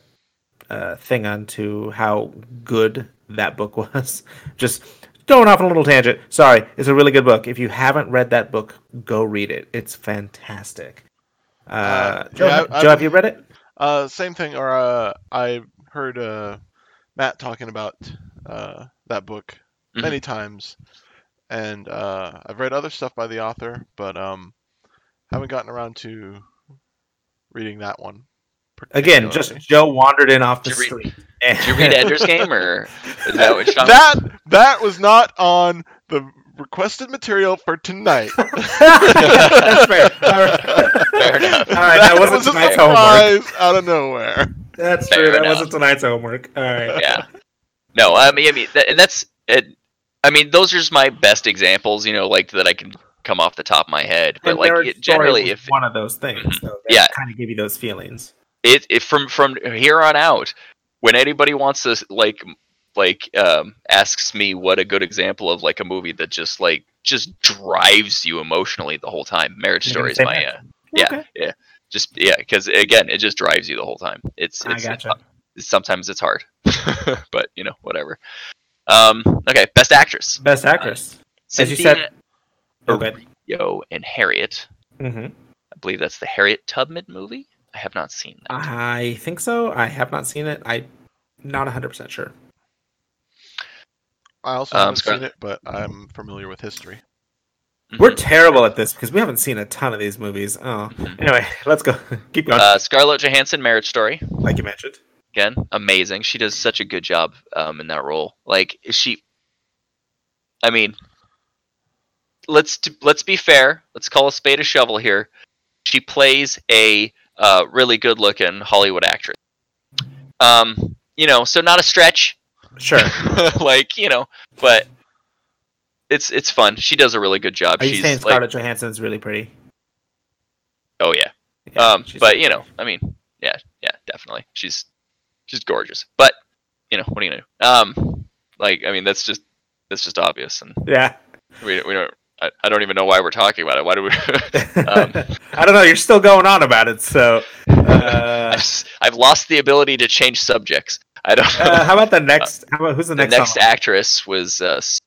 Speaker 2: uh, thing onto how good that book [LAUGHS] was. Just going off on a little tangent. Sorry, it's a really good book. If you haven't read that book, go read it. It's fantastic. Uh,
Speaker 3: Uh,
Speaker 2: Joe,
Speaker 3: yeah, I-
Speaker 2: Joe,
Speaker 3: I-
Speaker 2: have you read it?
Speaker 3: Uh, same thing. Or uh, I heard uh, Matt talking about uh, that book
Speaker 1: Mhm.
Speaker 3: many times, and uh, I've read other stuff by the author, but um, haven't gotten around to reading that one.
Speaker 2: Again, just
Speaker 3: particularly.
Speaker 2: Joe wandered in off the
Speaker 1: Did you read-
Speaker 2: street.
Speaker 1: Did you
Speaker 2: [LAUGHS]
Speaker 1: read Ender's Game or is that what you're talking
Speaker 3: that that was not on the requested material for tonight.
Speaker 2: That's fair. [LAUGHS] All right,
Speaker 1: Fair enough.
Speaker 2: All right, that wasn't
Speaker 3: was a
Speaker 2: tonight's homework.
Speaker 3: surprise out of nowhere.
Speaker 2: That's
Speaker 1: Fair
Speaker 2: true. That
Speaker 1: enough.
Speaker 2: wasn't tonight's homework. All right.
Speaker 1: yeah. No, I mean, I mean, that, and that's, it, I mean, those are just my best examples, you know, like that I can come off the top of my head. But
Speaker 2: And
Speaker 1: like
Speaker 2: Marriage
Speaker 1: it,
Speaker 2: Story
Speaker 1: generally,
Speaker 2: was
Speaker 1: if Mm-hmm.
Speaker 2: one of those things, so that
Speaker 1: Yeah.
Speaker 2: kind of give you those feelings.
Speaker 1: it, if from from here on out, when anybody wants to like like um, asks me what a good example of like a movie that just like just drives you emotionally the whole time, Marriage
Speaker 2: You're
Speaker 1: Story
Speaker 2: gonna
Speaker 1: is my
Speaker 2: say that?
Speaker 1: uh, yeah,
Speaker 2: Okay.
Speaker 1: yeah, just yeah, because again, it just drives you the whole time. It's
Speaker 2: I
Speaker 1: it's uh,
Speaker 2: gotcha.
Speaker 1: sometimes it's hard, [LAUGHS] but you know whatever. Um, okay, best actress.
Speaker 2: Best actress. As you
Speaker 1: Cynthia
Speaker 2: said-
Speaker 1: uh, oh,
Speaker 2: Okay.
Speaker 1: Erivo and Harriet.
Speaker 2: hmm
Speaker 1: I believe that's the Harriet Tubman movie. I have not seen that.
Speaker 2: I think so. I have not seen it. I'm not 100% sure.
Speaker 1: Mm-hmm.
Speaker 3: I also
Speaker 1: Um,
Speaker 3: haven't
Speaker 1: Scar-
Speaker 3: seen it, but I'm familiar with history.
Speaker 1: Mm-hmm.
Speaker 2: We're terrible at this because we haven't seen a ton of these movies. Oh.
Speaker 1: Mhm.
Speaker 2: Anyway, [LAUGHS] let's go. Keep going.
Speaker 1: uh, Scarlett Johansson, Marriage Story.
Speaker 2: like you mentioned.
Speaker 1: Again, amazing. She does such a good job um, in that role. Like she, I mean, let's t- let's be fair. Let's call a spade a shovel here. She plays a uh, really good-looking Hollywood actress. Um, you know, so not a stretch. [LAUGHS]
Speaker 2: Sure.
Speaker 1: like you know, but it's it's fun. She does a really good job.
Speaker 2: Are you
Speaker 1: She's
Speaker 2: saying
Speaker 1: like,
Speaker 2: Scarlett Johansson's really pretty?
Speaker 1: oh yeah.
Speaker 2: Yeah,
Speaker 1: um,
Speaker 2: she's-
Speaker 1: but you know, I mean, yeah, yeah, definitely. She's she's gorgeous. But you know, what are you gonna do? Um, like I mean, that's just that's just obvious, and
Speaker 2: Yeah.
Speaker 1: we don't- we don't. I, I don't even know why we're talking about it. Why do we? [LAUGHS] Um,
Speaker 2: [LAUGHS] I don't know. You're still going on about it, so. Uh, [LAUGHS]
Speaker 1: [LAUGHS] I've, s- I've lost the ability to change subjects. I don't. know.
Speaker 2: [LAUGHS] uh, how about the next? How about who's the
Speaker 1: the
Speaker 2: next?
Speaker 1: next,
Speaker 2: song?
Speaker 1: actress was. Uh, S-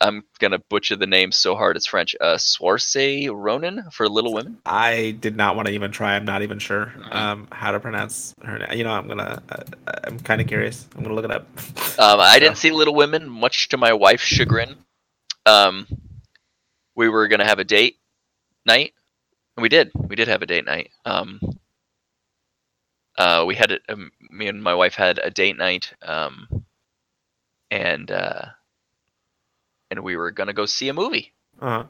Speaker 1: I'm gonna butcher the name so hard it's French. Uh, Swarce Ronan for Little Women.
Speaker 2: I did not want to even try. I'm not even sure
Speaker 1: Mhm.
Speaker 2: um, how to pronounce her name. You know, I'm gonna. Uh, I'm kind of curious. I'm gonna look it up.
Speaker 1: Um, I didn't
Speaker 2: So,
Speaker 1: see Little Women, much to my wife's chagrin. Um, we were gonna have a date night, and we did. We did have a date night. Um, uh, we had a, um, me and my wife had a date night, um, and uh, and we were gonna go see a movie.
Speaker 2: [LAUGHS] uh-huh.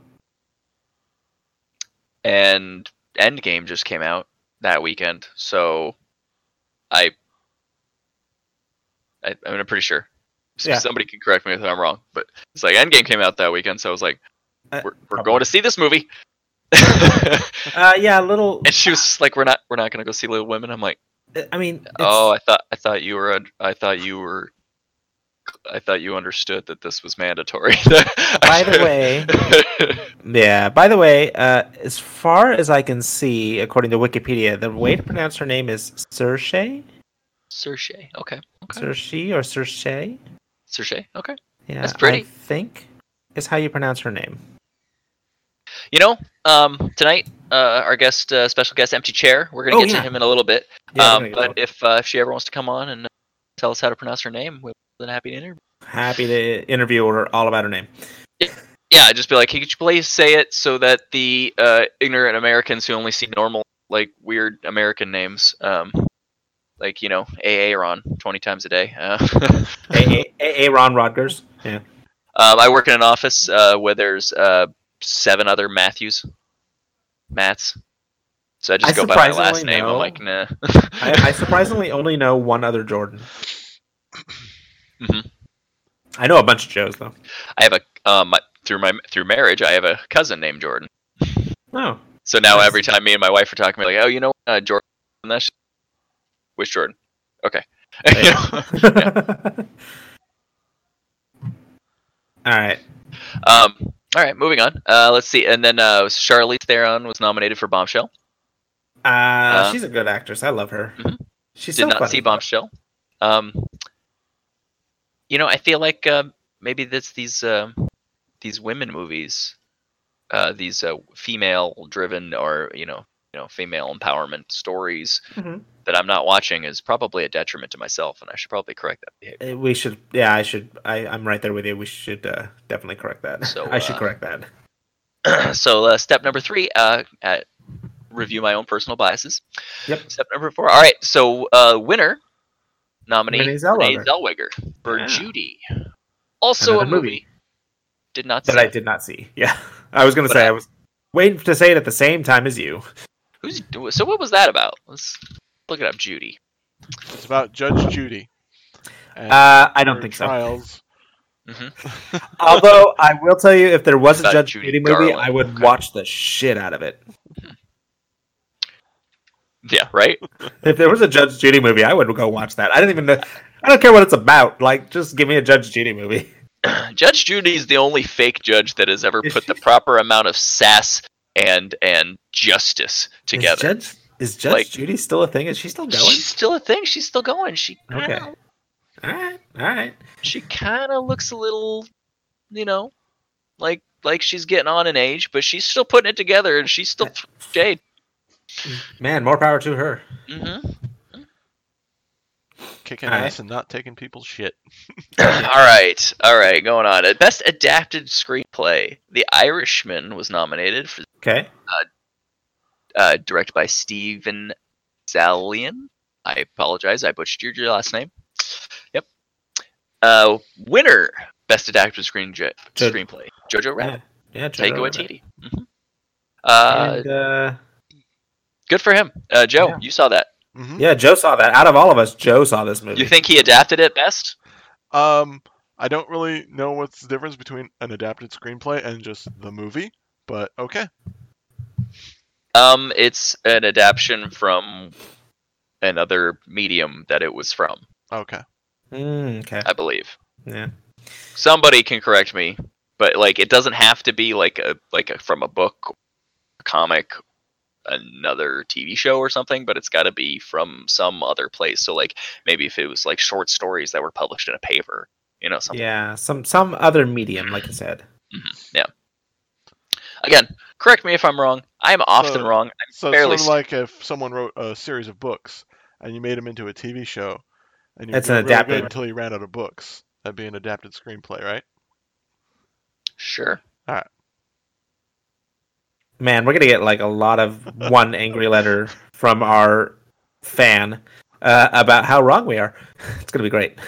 Speaker 1: And Endgame just came out that weekend, so I, I I mean, I'm pretty sure. S-
Speaker 2: Yeah.
Speaker 1: Somebody can correct me if I'm wrong, but it's like Endgame came out that weekend, so I was like,
Speaker 2: Uh,
Speaker 1: "We're, we're
Speaker 2: probably.
Speaker 1: going to see this movie," [LAUGHS]
Speaker 2: Uh, yeah, a little. uh,
Speaker 1: and she was just like, "We're not, we're not going to go see Little Women." I'm like,
Speaker 2: I mean, it's-
Speaker 1: "Oh, I thought, I thought you were, a, I thought you were, I thought you understood that this was mandatory." [LAUGHS]
Speaker 2: [LAUGHS] by the way, yeah. By the way, uh, as far as I can see, according to Wikipedia, the way to pronounce her name is Sershay,
Speaker 1: Cersei, okay, Okay.
Speaker 2: Sershi, or Sershay.
Speaker 1: Cersei, okay.
Speaker 2: Yeah,
Speaker 1: That's pretty.
Speaker 2: I think is how you pronounce her name.
Speaker 1: You know, um, tonight uh, our guest, uh, special guest, Empty Chair. We're gonna
Speaker 2: Oh,
Speaker 1: get
Speaker 2: yeah.
Speaker 1: to him in a little bit.
Speaker 2: Yeah,
Speaker 1: um,
Speaker 2: there you
Speaker 1: but
Speaker 2: go.
Speaker 1: if uh, if she ever wants to come on and uh, tell us how to pronounce her name, we're more than happy to interview.
Speaker 2: happy to interview her all about her name.
Speaker 1: Yeah, just be like, hey, could you please say it so that the uh, ignorant Americans who only see normal, like weird American names, um, like you know, Aaron twenty times a day. [LAUGHS] Uh,
Speaker 2: [LAUGHS] A, a, a Ron Rodgers. Yeah.
Speaker 1: Um, I work in an office uh, where there's uh, seven other Matthews, Matts. So I just
Speaker 2: I
Speaker 1: go by my last
Speaker 2: surprisingly
Speaker 1: name.
Speaker 2: know-
Speaker 1: I'm like, nah.
Speaker 2: I, I surprisingly only know one other Jordan.
Speaker 1: Mhm.
Speaker 2: I know a bunch of Joes though.
Speaker 1: I have a um, my- through my through marriage, I have a cousin named Jordan.
Speaker 2: [LAUGHS] No,
Speaker 1: So now
Speaker 2: Nice.
Speaker 1: every time me and my wife are talking, we're like, oh, you know, uh, Jordan, and that's which Jordan? Okay. [LAUGHS]
Speaker 2: There you
Speaker 1: You know?
Speaker 2: All right.
Speaker 1: um, all right, moving on. Uh, let's see. And then uh, Charlize Theron was nominated for Bombshell.
Speaker 2: Uh,
Speaker 1: Uh,
Speaker 2: she's a good actress. I love her.
Speaker 1: Mhm.
Speaker 2: She's
Speaker 1: Did
Speaker 2: so
Speaker 1: not
Speaker 2: funny.
Speaker 1: see Bombshell. Um, you know, I feel like uh, maybe that's these uh, these women movies, uh, these uh, female-driven or you know, you know, female empowerment stories
Speaker 2: Mhm.
Speaker 1: that I'm not watching is probably a detriment to myself, and I should probably correct that behavior.
Speaker 2: Uh, We should. Yeah, I should. I, I'm right there with you. We should uh, definitely correct that.
Speaker 1: So,
Speaker 2: [LAUGHS] I should
Speaker 1: uh,
Speaker 2: correct that.
Speaker 1: so uh, step number three uh, at review my own personal biases
Speaker 2: Yep.
Speaker 1: step number four all right so uh, winner nominee
Speaker 2: Renee
Speaker 1: Renee
Speaker 2: Zellweger.
Speaker 1: Zellweger, for
Speaker 2: Yeah.
Speaker 1: judy also a
Speaker 2: Another movie.
Speaker 1: movie, did not
Speaker 2: That
Speaker 1: see
Speaker 2: I did not see. Yeah, [LAUGHS] I was gonna
Speaker 1: But
Speaker 2: say
Speaker 1: I-
Speaker 2: I was waiting to say it at the same time as you.
Speaker 1: who's so what was that about let's look it up judy
Speaker 3: It's about Judge Judy. and
Speaker 2: Uh, I don't
Speaker 3: her
Speaker 2: think so.
Speaker 3: trials.
Speaker 2: Although I will tell you, if there was a
Speaker 1: About
Speaker 2: Judge
Speaker 1: Judy
Speaker 2: Judy movie,
Speaker 1: Garland.
Speaker 2: I would
Speaker 1: Okay.
Speaker 2: watch the shit out of it.
Speaker 1: yeah right [CLEARS THROAT]
Speaker 2: If there was a Judge Judy movie, I would go watch that. I don't even know. I don't care what it's about. Like, just give me a Judge Judy movie.
Speaker 1: judge judy is the only fake judge that has ever
Speaker 2: Is
Speaker 1: put
Speaker 2: she-
Speaker 1: the proper amount of sass and and justice
Speaker 2: Is
Speaker 1: [LAUGHS] together
Speaker 2: Judge, is Judge
Speaker 1: Like-
Speaker 2: Judy still a thing? Is she still going?
Speaker 1: she's still a thing she's still going she I
Speaker 2: Okay.
Speaker 1: don't-
Speaker 2: All right, all right.
Speaker 1: she kind of looks a little, you know, like like she's getting on in age, but she's still putting it together, and she's still Jade.
Speaker 2: Man, more power to her.
Speaker 1: Mm-hmm.
Speaker 3: Kicking
Speaker 2: Alright.
Speaker 3: ass and not taking people's shit.
Speaker 1: [CLEARS THROAT] all right, all right, going on. Uh, Best adapted screenplay: The Irishman was nominated for,
Speaker 2: Okay.
Speaker 1: uh, directed by Steven Zalian. I apologize, I butchered your last name. Yep. Uh, winner: Best adapted screen
Speaker 2: Jo-
Speaker 1: screenplay: Jojo Rabbit,
Speaker 2: Yeah,
Speaker 1: Taika
Speaker 2: Jojo Rabbit.
Speaker 1: Waititi. Mm-hmm. Uh,
Speaker 2: And, uh,
Speaker 1: Good for him, uh, Joe.
Speaker 2: Yeah.
Speaker 1: You saw that.
Speaker 3: Mhm.
Speaker 2: yeah, Joe saw that. Out of all of us, Joe saw this movie.
Speaker 1: You think he adapted it best?
Speaker 3: Um, I don't really know what's the difference between an adapted screenplay and just the movie, but okay.
Speaker 1: Um, it's an adaptation from another medium that it was from,
Speaker 3: Okay.
Speaker 2: Mm, okay.
Speaker 1: I believe.
Speaker 2: Yeah.
Speaker 1: Somebody can correct me, but like it doesn't have to be like a like a, from a book, a comic, another TV show or something, but it's got to be from some other place. So like maybe if it was like short stories that were published in a paper, you know, something.
Speaker 2: Yeah, some some other medium, like I said.
Speaker 1: Again, correct me if I'm wrong. I'm often
Speaker 3: So-
Speaker 1: wrong.
Speaker 3: So it's
Speaker 1: Barely
Speaker 3: sort of
Speaker 1: s-
Speaker 3: like if someone wrote a series of books and you made them into a TV show, and you
Speaker 2: That's
Speaker 3: were
Speaker 2: an
Speaker 3: doing really good
Speaker 2: adapted-
Speaker 3: until you ran out of books. That'd be an adapted screenplay, right?
Speaker 1: Sure.
Speaker 2: Man, we're gonna get like a lot of
Speaker 1: [LAUGHS]
Speaker 2: one angry letter from our fan uh, about how wrong we are. [LAUGHS] It's gonna be great.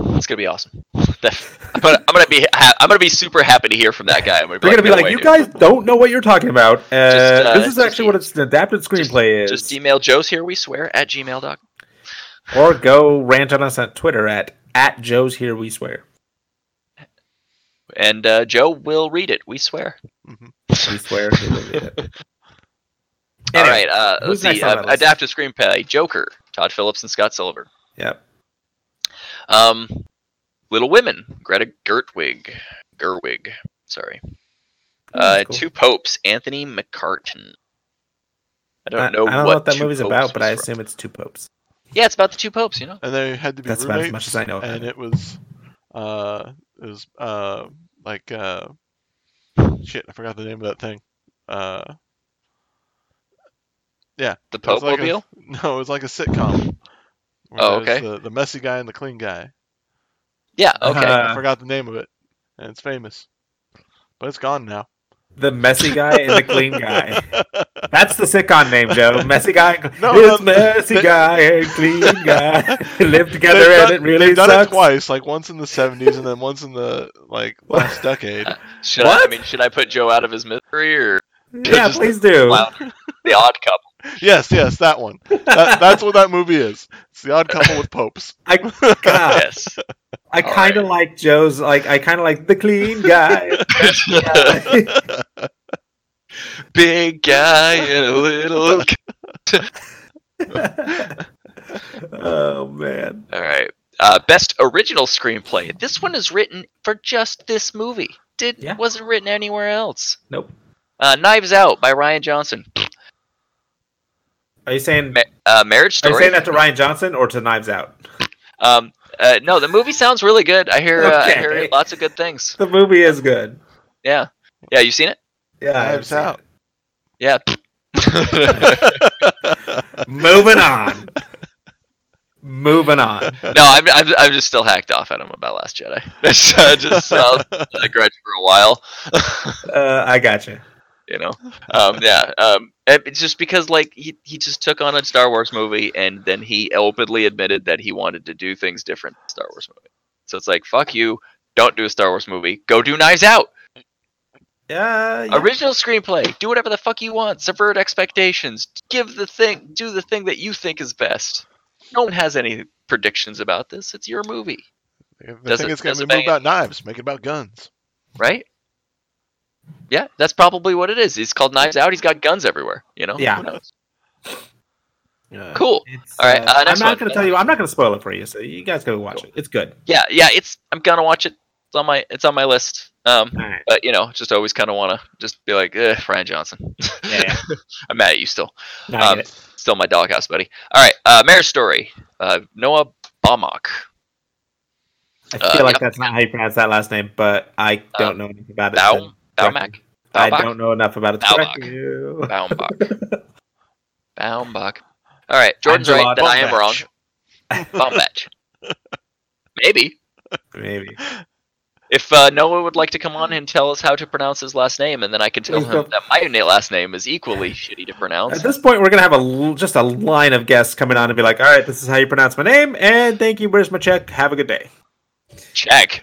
Speaker 1: It's gonna be awesome. That- I'm gonna, I'm gonna be ha- I'm gonna be super happy to hear from that guy. I'm gonna be
Speaker 2: They're gonna be
Speaker 1: "No
Speaker 2: like,
Speaker 1: way,
Speaker 2: you
Speaker 1: dude."
Speaker 2: guys don't know what you're talking about. Uh,
Speaker 1: Just, uh,
Speaker 2: this is
Speaker 1: just
Speaker 2: actually what it's an adapted screenplay is.
Speaker 1: Just email Joe's here we swear at gmail.com.
Speaker 2: or go rant on us on Twitter at at Joe's here we swear.
Speaker 1: and uh, Joe will read it. We swear.
Speaker 3: Mm-hmm.
Speaker 2: We
Speaker 1: [LAUGHS]
Speaker 2: swear. we will read it.
Speaker 1: All
Speaker 2: Anyway,
Speaker 1: right. Uh,
Speaker 2: who's
Speaker 1: let's see.
Speaker 2: next on
Speaker 1: Uh,
Speaker 2: that list?
Speaker 1: adaptive screenplay: Joker, Todd Phillips and Scott Silver.
Speaker 2: Yep.
Speaker 1: Um, Little Women, Greta Gertwig. Gerwig, sorry. Uh,
Speaker 2: That's cool.
Speaker 1: Two Popes, Anthony McCartan. I don't
Speaker 2: I
Speaker 1: know.
Speaker 2: I don't know
Speaker 1: what
Speaker 2: what that
Speaker 1: Two
Speaker 2: movie's
Speaker 1: Popes
Speaker 2: about, but
Speaker 1: was
Speaker 2: I
Speaker 1: from.
Speaker 2: assume it's two popes.
Speaker 1: yeah, it's about the two popes. You know.
Speaker 3: And they had to be
Speaker 2: That's about as
Speaker 3: roommates,
Speaker 2: much as I know.
Speaker 3: and it was, uh, it was uh, like uh, shit. I forgot the name of that thing. Uh,
Speaker 1: The
Speaker 3: It was
Speaker 1: Pope
Speaker 3: like a-
Speaker 1: Mobile.
Speaker 3: [LAUGHS] no, it was like a sitcom. where
Speaker 1: Oh,
Speaker 3: there's
Speaker 1: okay.
Speaker 3: The, the messy guy and the clean guy.
Speaker 1: Yeah. Okay.
Speaker 2: Uh,
Speaker 3: I forgot the name of it, and it's famous, but it's gone now. [LAUGHS]
Speaker 2: The messy guy and
Speaker 1: [LAUGHS]
Speaker 2: the clean guy. That's the sitcom name,
Speaker 3: [LAUGHS]
Speaker 2: Joe. Messy guy. and-
Speaker 3: No,
Speaker 2: this
Speaker 3: no,
Speaker 2: messy
Speaker 3: they-
Speaker 2: guy and
Speaker 3: [LAUGHS]
Speaker 2: clean guy [LAUGHS] live together
Speaker 3: They've
Speaker 2: and
Speaker 3: done-
Speaker 2: it really
Speaker 3: they've done
Speaker 2: sucks.
Speaker 3: it twice, like once in the '70s and then once in the like
Speaker 2: What? [LAUGHS]
Speaker 3: last decade.
Speaker 1: should I, I
Speaker 2: what?
Speaker 1: mean, should I put Joe out of his misery or
Speaker 2: Yeah,
Speaker 1: Just-
Speaker 2: please do.
Speaker 1: Wow. the odd couple?
Speaker 3: Yes, yes, that one. That, that's what that movie is. It's the Odd Couple with Popes. [LAUGHS]
Speaker 2: I, God,
Speaker 1: yes.
Speaker 2: I
Speaker 1: All
Speaker 2: kind of like Joe's. Like I kind of like the clean guy.
Speaker 3: [LAUGHS]
Speaker 2: [LAUGHS] Yeah.
Speaker 1: [LAUGHS] Big guy and a
Speaker 2: [LAUGHS]
Speaker 1: little.
Speaker 2: oh man.
Speaker 1: All right. Uh, best original screenplay. This one is written for just this movie. Did
Speaker 2: Yeah.
Speaker 1: wasn't written anywhere else.
Speaker 2: Nope.
Speaker 1: Uh, Knives Out by Ryan Johnson.
Speaker 2: Are you saying?
Speaker 1: Ma- uh, Marriage
Speaker 2: Are you
Speaker 1: Story.
Speaker 2: saying that to Ryan Johnson or to Knives Out?
Speaker 1: Um, uh, no, the movie sounds really good. I hear, uh, I
Speaker 2: Okay.
Speaker 1: hear lots of good things.
Speaker 2: The movie is good.
Speaker 1: Yeah, yeah. You seen it?
Speaker 2: Yeah,
Speaker 3: Knives
Speaker 2: I've seen
Speaker 3: Out.
Speaker 2: [LAUGHS]
Speaker 1: Yeah.
Speaker 2: it. Moving
Speaker 3: [LAUGHS]
Speaker 2: on. Moving on.
Speaker 1: no, I'm, I'm, I'm just still hacked off at him about Last Jedi. [LAUGHS] I just I'll, I grudge for a while.
Speaker 2: Uh, I gotcha.
Speaker 1: you know um yeah um and it's just because like he, he just took on a star wars movie and then he openly admitted that he wanted to do things different than star wars movie so it's like fuck you don't do a star wars movie go do knives out
Speaker 2: Yeah. yeah.
Speaker 1: original screenplay do whatever the fuck you want subvert expectations give the thing do the thing that you think is best no one has any predictions about this it's your movie
Speaker 3: If they
Speaker 1: Does
Speaker 3: think
Speaker 1: it-
Speaker 3: it's going
Speaker 1: does
Speaker 3: to
Speaker 1: it
Speaker 3: be
Speaker 1: bang
Speaker 3: movie about knives, make it about guns.
Speaker 1: right yeah that's probably what it is it's called knives out he's got guns everywhere you know
Speaker 2: Yeah.
Speaker 1: Who knows?
Speaker 2: Yeah.
Speaker 1: cool
Speaker 2: It's,
Speaker 1: All right, uh,
Speaker 2: I'm
Speaker 1: next
Speaker 2: not
Speaker 1: one.
Speaker 2: going to tell you. I'm not going to spoil it for you. So you guys go watch
Speaker 1: Cool.
Speaker 2: it. It's good.
Speaker 1: yeah yeah it's i'm gonna watch it it's on my it's on my list um
Speaker 2: All right.
Speaker 1: but you know just always kind of want to just be like eh, ryan johnson
Speaker 2: Yeah. yeah.
Speaker 1: i'm mad at you still
Speaker 2: [LAUGHS] No, I
Speaker 1: Um,
Speaker 2: get it.
Speaker 1: still my doghouse buddy all right uh marriage story uh noah baumbach
Speaker 2: I feel
Speaker 1: uh,
Speaker 2: like
Speaker 1: yeah.
Speaker 2: that's not how you pronounce that last name, but I don't know anything about it.
Speaker 1: Baum,
Speaker 2: Correct
Speaker 1: baumbach
Speaker 2: me. I
Speaker 1: baumbach
Speaker 2: don't know enough about it to
Speaker 1: Baumbach.
Speaker 2: correct you. [LAUGHS]
Speaker 1: baumbach baumbach all right jordan's
Speaker 2: I'm
Speaker 1: right that
Speaker 2: Joel
Speaker 1: i am wrong
Speaker 3: Baumbach.
Speaker 1: baumbach
Speaker 2: [LAUGHS]
Speaker 1: maybe
Speaker 2: Maybe.
Speaker 1: if uh, noah would like to come on and tell us how to pronounce his last name and then i can tell
Speaker 2: Please
Speaker 1: him
Speaker 2: don't.
Speaker 1: that my last name is equally shitty to
Speaker 2: At
Speaker 1: pronounce
Speaker 2: this point, we're gonna have a l- just a line of guests coming on and be like, "All right, this is how you pronounce my name, and thank you. Where's my check? Have a good day."
Speaker 1: Check.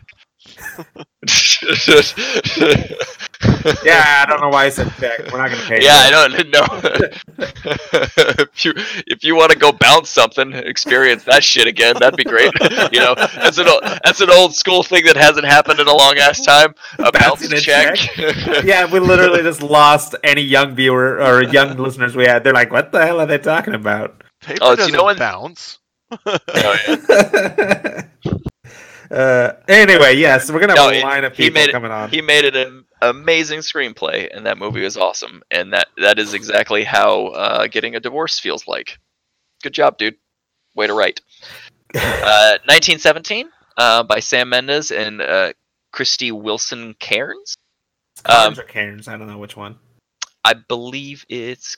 Speaker 1: [LAUGHS]
Speaker 2: Yeah, I don't know why I said check. We're not gonna pay.
Speaker 1: yeah, I
Speaker 2: you.
Speaker 1: don't know. [LAUGHS] if you if you want to go bounce something, experience that shit again, that'd be great. [LAUGHS] you know, that's an old, that's an old school thing that hasn't happened in a long ass time. A bounce
Speaker 2: Bouncing a
Speaker 1: check. [LAUGHS]
Speaker 2: Yeah, we literally just lost any young viewer or young listeners we had. They're like, "What the hell are they talking about?"
Speaker 3: Paper
Speaker 1: Oh, so you
Speaker 3: doesn't
Speaker 1: know what-
Speaker 3: bounce.
Speaker 1: Oh, yeah.
Speaker 2: uh, anyway, yes, we're gonna
Speaker 1: No,
Speaker 2: have
Speaker 1: it-
Speaker 2: a line of
Speaker 1: he
Speaker 2: people
Speaker 1: made it-
Speaker 2: coming on.
Speaker 1: He made it an amazing screenplay, and that movie was awesome. And that that is exactly how uh, getting a divorce feels like. Good job, dude. Way to
Speaker 2: [LAUGHS]
Speaker 1: write. Uh, 1917 uh, by Sam Mendes and uh, Christy Wilson Cairns. Um,
Speaker 2: Carnes or Cairns, I don't know which one.
Speaker 1: I believe it's.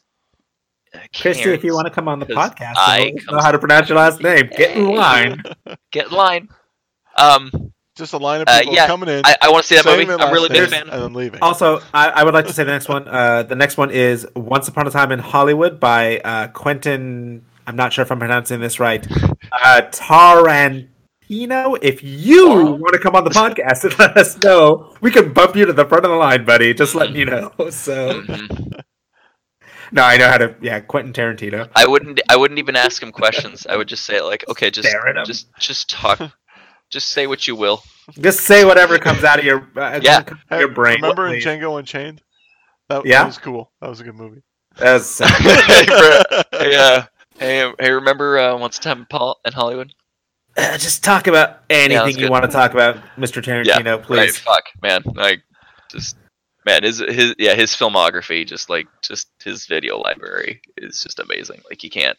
Speaker 1: uh,
Speaker 2: Christy, if you
Speaker 1: Cairns.
Speaker 2: want to come on the
Speaker 1: 'cause
Speaker 2: podcast,
Speaker 1: I
Speaker 2: I
Speaker 1: come-
Speaker 2: know how to pronounce your last name. Get in
Speaker 1: Hey. [LAUGHS]
Speaker 2: line.
Speaker 1: get in line. Um,
Speaker 3: Just a line of
Speaker 1: Uh,
Speaker 3: people
Speaker 1: yeah,
Speaker 3: coming in.
Speaker 1: I, I want to see that
Speaker 3: saying
Speaker 1: movie.
Speaker 3: their
Speaker 1: I'm really big
Speaker 3: last names
Speaker 1: fan.
Speaker 3: And then leaving.
Speaker 2: Also, I, I would like to say the next one. Uh, the next one is Once Upon a Time in Hollywood by uh, Quentin. I'm not sure if I'm pronouncing this right. Uh, Tarantino. If you
Speaker 1: Taro?
Speaker 2: want to come on the podcast and [LAUGHS] let us know, we can bump you to the front of the line, buddy. Just letting you know. [LAUGHS] So,
Speaker 1: Mhm.
Speaker 2: no, I know how to. Yeah, Quentin Tarantino.
Speaker 1: I wouldn't. I wouldn't even ask him questions. I would just say like, okay, just
Speaker 2: Stare at him.
Speaker 1: just just [LAUGHS] talk, just say what you will.
Speaker 2: Just say whatever comes out of your uh,
Speaker 1: Yeah.
Speaker 2: comes out of
Speaker 3: Hey,
Speaker 2: your brain.
Speaker 3: remember in
Speaker 2: please.
Speaker 3: Django Unchained? That, that
Speaker 2: Yeah.
Speaker 3: was cool. That was a good movie.
Speaker 2: That's-
Speaker 1: [LAUGHS] [LAUGHS] hey,
Speaker 3: [LAUGHS]
Speaker 1: bro, hey, uh, hey, um, hey, remember uh, once a time in, Paul, in Hollywood?
Speaker 2: Uh, just talk about anything you
Speaker 1: good.
Speaker 2: want to talk about, Mr.
Speaker 1: Yeah,
Speaker 2: Tarantino,
Speaker 1: Right,
Speaker 2: please.
Speaker 1: fuck, man. Like, just man, his his yeah, his filmography, just like just his video library is just amazing. Like, you can't,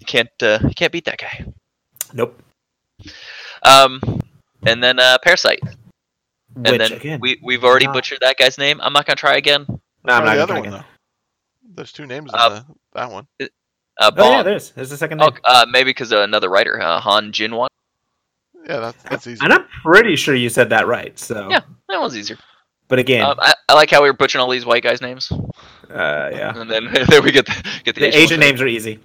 Speaker 1: you can't, uh, you can't beat that guy.
Speaker 2: Nope.
Speaker 1: Um, and then uh, Parasite, and
Speaker 2: Which
Speaker 1: then
Speaker 2: again,
Speaker 1: we we've already
Speaker 2: not-
Speaker 1: butchered that guy's name. I'm not gonna try again.
Speaker 2: no, I'm not
Speaker 3: Or Oh, the
Speaker 2: gonna
Speaker 3: other
Speaker 2: try
Speaker 3: one,
Speaker 2: again.
Speaker 3: though. There's two names
Speaker 1: Uh,
Speaker 3: in the, that one.
Speaker 1: Uh,
Speaker 2: Oh yeah,
Speaker 1: Bong.
Speaker 2: there's there's a second
Speaker 1: Oh,
Speaker 2: name.
Speaker 1: uh, maybe because uh, another writer, uh, Han Jinwon.
Speaker 3: Yeah, that's, that's easy.
Speaker 2: And I'm pretty sure you said that right. So,
Speaker 1: Yeah. That one's easier.
Speaker 2: but again,
Speaker 1: Um, I, I like how we were butchering all these white guys' names,
Speaker 2: uh, yeah,
Speaker 1: and then [LAUGHS] there we get the, get the,
Speaker 2: the Asian
Speaker 1: ones.
Speaker 2: names are easy.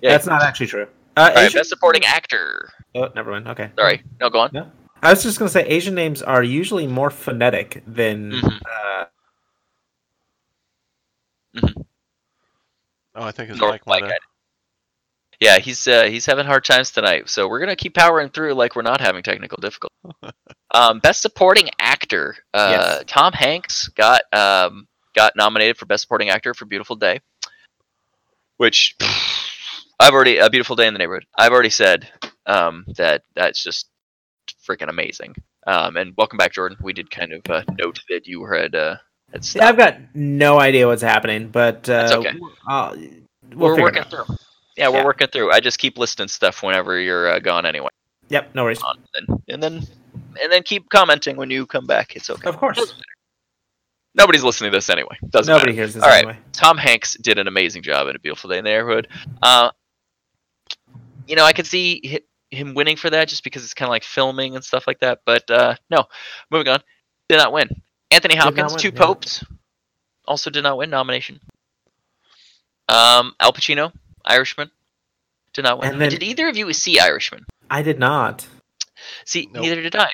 Speaker 1: Yeah.
Speaker 2: That's not actually true. Uh,
Speaker 1: All right,
Speaker 2: Asian-
Speaker 1: best supporting actor.
Speaker 2: Oh, never mind. Okay.
Speaker 1: Sorry, no, go on.
Speaker 2: I was just gonna say Asian names are usually
Speaker 1: Mm-hmm.
Speaker 2: Mm-hmm. uh, more phonetic than
Speaker 1: Mhm.
Speaker 2: uh,
Speaker 3: Oh, I think it's
Speaker 1: Normal
Speaker 3: Mike
Speaker 1: black
Speaker 3: Meta.
Speaker 1: guy. Yeah, he's uh, he's having hard times tonight, so we're gonna keep powering through like we're not having technical
Speaker 3: [LAUGHS]
Speaker 1: difficulty. um, best supporting actor, uh,
Speaker 2: Yes.
Speaker 1: Tom Hanks got um, got nominated for best supporting actor for Beautiful Day, which [SIGHS] I've already a Beautiful Day in the Neighborhood. I've already said um, that that's just freaking amazing. Um, and welcome back, Jordan. We did kind of uh, note that you had uh, had
Speaker 2: Yeah,
Speaker 1: stopped.
Speaker 2: I've got no idea what's happening, but uh,
Speaker 1: That's okay.
Speaker 2: I'll, we'll
Speaker 1: we're
Speaker 2: figure it
Speaker 1: working
Speaker 2: out.
Speaker 1: through. Yeah, we're
Speaker 2: Yeah.
Speaker 1: working through. I just keep listing stuff whenever you're uh, gone anyway.
Speaker 2: Yep, no worries.
Speaker 1: on, and then and then keep commenting when you come back. It's okay.
Speaker 2: Of course,
Speaker 1: Nobody's listening to this anyway. Doesn't
Speaker 2: nobody
Speaker 1: matter.
Speaker 2: hears this
Speaker 1: All right.
Speaker 2: anyway.
Speaker 1: Tom Hanks did an amazing job in A Beautiful Day in the Neighborhood. Uh, you know, I could see hi- him winning for that just because it's kind of like filming and stuff like that. But uh, no, moving on. Did not win. Anthony
Speaker 2: not
Speaker 1: Hopkins,
Speaker 2: win,
Speaker 1: Two
Speaker 2: yeah.
Speaker 1: Popes, also did not win nomination. Um, Al Pacino, Irishman, did not win.
Speaker 2: And then-
Speaker 1: did either of you see Irishman?
Speaker 2: I did not.
Speaker 1: See,
Speaker 3: Nope.
Speaker 1: neither did I.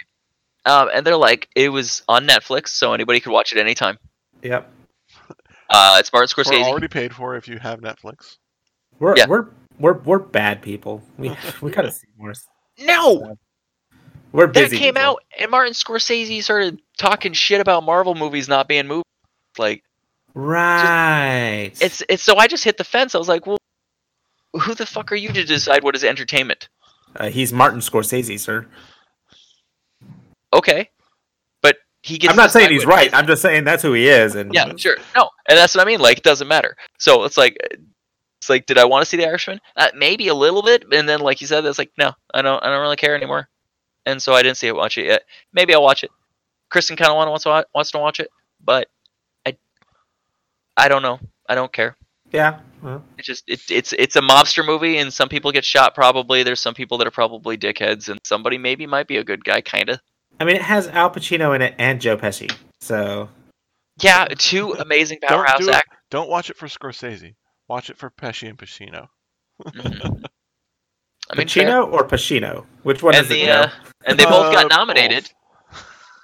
Speaker 1: Um, and they're like, it was on Netflix, so anybody could watch it anytime.
Speaker 2: Yep,
Speaker 1: Uh, it's Martin
Speaker 3: We're
Speaker 1: Scorsese.
Speaker 3: already paid for if you have Netflix.
Speaker 2: we're
Speaker 1: Yeah.
Speaker 2: we're we're we're bad people. We [LAUGHS] we gotta see more.
Speaker 1: no,
Speaker 2: We're
Speaker 1: that
Speaker 2: busy.
Speaker 1: came
Speaker 2: people.
Speaker 1: out, and Martin Scorsese started talking shit about Marvel movies not being movies. Like
Speaker 2: right.
Speaker 1: it's it's so I just hit the fence. I was like, well, who the fuck are you to decide what is entertainment?
Speaker 2: uh, he's Martin Scorsese, sir.
Speaker 1: Okay, but he gets.
Speaker 2: I'm not
Speaker 1: to
Speaker 2: saying
Speaker 1: decide
Speaker 2: he's
Speaker 1: what-
Speaker 2: right. I'm just saying that's who he is. And
Speaker 1: Yeah, sure. No, and that's what I mean. Like, it doesn't matter. So it's like, it's like, did I want to see the Irishman? Uh, maybe a little bit, and then like you said, that's like, no, I don't, I don't really care anymore. And so I didn't see it, watch it yet. Maybe I'll watch it. Kristen kind of wants to wa- wants to watch it, but I, I don't know. I don't care.
Speaker 2: yeah. Well,
Speaker 1: It just it, it's it's a mobster movie, and some people get shot. Probably there's some people that are probably dickheads, and somebody maybe might be a good guy, kind of.
Speaker 2: I mean, it has Al Pacino in it and Joe Pesci. So
Speaker 1: Yeah, two amazing
Speaker 3: Don't
Speaker 1: powerhouse
Speaker 3: do
Speaker 1: actors.
Speaker 3: it. Don't watch it for Scorsese. Watch it for Pesci and Pacino.
Speaker 1: Mhm. I mean, fair.
Speaker 2: Pacino or Pacino? Which one
Speaker 1: and
Speaker 2: is it?
Speaker 1: the
Speaker 2: now?
Speaker 1: uh, and they both
Speaker 3: Uh,
Speaker 1: got nominated. [LAUGHS]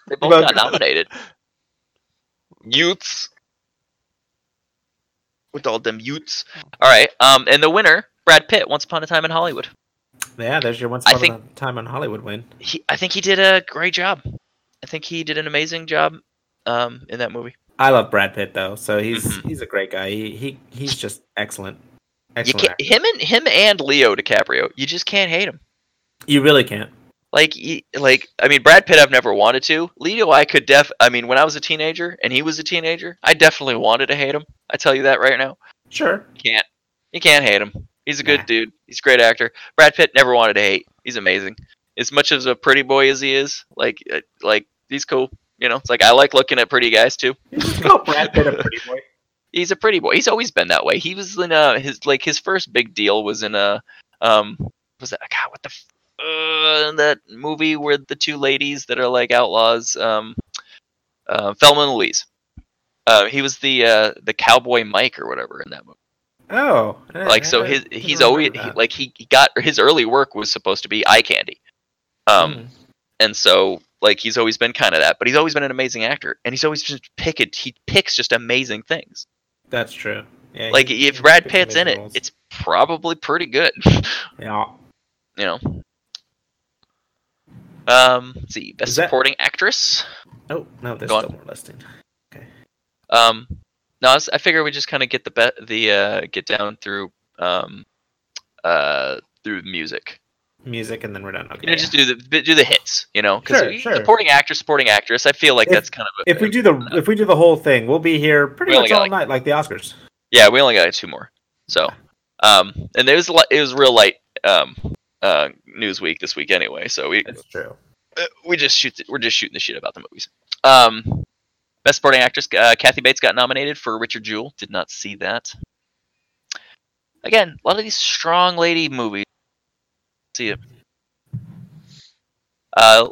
Speaker 1: They both
Speaker 2: Both.
Speaker 1: got [LAUGHS] nominated. Utes. With all them Utes. All right. Um, and the winner, Brad Pitt, Once Upon a Time in Hollywood.
Speaker 2: Yeah, there's your once
Speaker 1: I
Speaker 2: upon
Speaker 1: think-
Speaker 2: a time on Hollywood win.
Speaker 1: He, I think he did a great job. I think he did an amazing job. Um, in that movie,
Speaker 2: I love Brad Pitt though, so he's
Speaker 1: Mhm.
Speaker 2: he's a great guy. He, he he's just excellent.
Speaker 1: you
Speaker 2: Excellent.
Speaker 1: can't,
Speaker 2: actor.
Speaker 1: him and him and Leo DiCaprio, you just can't hate him.
Speaker 2: You really can't.
Speaker 1: Like, he, like I mean, Brad Pitt, I've never wanted to. Leo, I could def. I mean, when I was a teenager and he was a teenager, I definitely wanted to hate him. I tell you that right now.
Speaker 2: Sure.
Speaker 1: can't you can't hate him. He's a good
Speaker 2: Nah.
Speaker 1: dude. He's a great actor. Brad Pitt never wanted to hate. He's amazing. As much as a pretty boy as he is, like uh, like he's cool. You know, it's like I like looking at pretty guys too.
Speaker 2: Go Brad Pitt, a pretty boy.
Speaker 1: He's a pretty boy. He's always been that way. He was in uh his like his first big deal was in a um was that God what the f- uh, that movie where the two ladies that are like outlaws um uh, Thelma and Louise. Uh, he was the uh, the cowboy Mike or whatever in that movie
Speaker 2: [LAUGHS] Oh, I-
Speaker 1: like
Speaker 2: I
Speaker 1: so
Speaker 2: don't- [LAUGHS]
Speaker 1: his
Speaker 2: didn't
Speaker 1: he's
Speaker 2: remember
Speaker 1: always he,
Speaker 2: that.
Speaker 1: like he he got his early work was supposed to be eye candy um
Speaker 2: Mm.
Speaker 1: and so like he's always been kind of that but he's always been an amazing actor and he's always just picked he picks just amazing things
Speaker 2: that's true. Yeah,
Speaker 1: like
Speaker 2: he-
Speaker 1: if
Speaker 2: he
Speaker 1: brad
Speaker 2: picked
Speaker 1: pitt's in it
Speaker 2: individuals.
Speaker 1: it's probably pretty good
Speaker 2: yeah.
Speaker 1: you know um let's see best
Speaker 2: Is that-
Speaker 1: supporting actress
Speaker 2: Oh no, there's
Speaker 1: Go on.
Speaker 2: still more listing.
Speaker 1: um no i, was- I figure we just kind of get the be- the uh get down through um uh through music
Speaker 2: Music and then we're done. Okay.
Speaker 1: you know, just do the do the hits, you know, because
Speaker 2: Sure, sure.
Speaker 1: supporting actor, supporting actress. I feel like
Speaker 2: If-
Speaker 1: that's kind of a,
Speaker 2: if we do the if we do the whole thing, we'll be here pretty
Speaker 1: We only
Speaker 2: much
Speaker 1: got,
Speaker 2: all
Speaker 1: Uh, like-
Speaker 2: night, like the Oscars.
Speaker 1: yeah, we only got two more, so um, and it was li- it was real light um uh news week this week anyway, so we
Speaker 2: That's true.
Speaker 1: uh, we just shoot the, we're just shooting the shit about the movies. Um, best supporting actress, uh, Kathy Bates got nominated for Richard Jewell. Did not see that. Again, a lot of these strong lady movies. See it. Uh,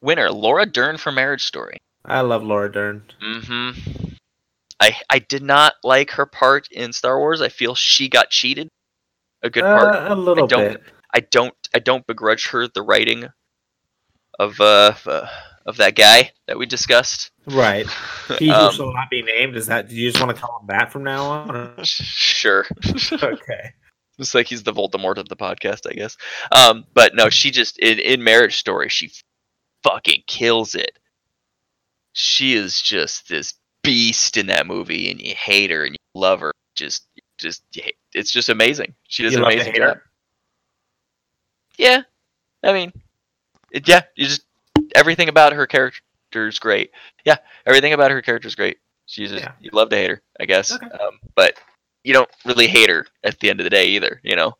Speaker 1: winner Laura Dern for Marriage Story.
Speaker 2: I love Laura Dern.
Speaker 1: hmm I I did not like her part in Star Wars. I feel she got cheated. A good part.
Speaker 2: Uh, a little
Speaker 1: don't-
Speaker 2: bit.
Speaker 1: I don't I don't begrudge her the writing of uh, of, uh, of that guy that we discussed. [LAUGHS]
Speaker 2: Right. He
Speaker 1: Um,
Speaker 2: who shall not be named. Is that? Do you just want to call him that from now on? or-
Speaker 1: Sure. [LAUGHS]
Speaker 2: okay.
Speaker 1: It's like he's the Voldemort of the podcast, I guess. Um, but no, she just in, in Marriage Story, she fucking kills it. She is just this beast in that movie, and you hate her and you love her. Just, just you hate- it's just amazing. She does
Speaker 2: You
Speaker 1: an
Speaker 2: love to
Speaker 1: amazing
Speaker 2: hate her?
Speaker 1: job. Yeah, I mean, it, yeah, you just everything about her character is great. Yeah, everything about her character is great. She's just
Speaker 2: Yeah.
Speaker 1: you love to hate her, I guess.
Speaker 2: Okay.
Speaker 1: Um, but you don't really hate her at the end of the day either. You know,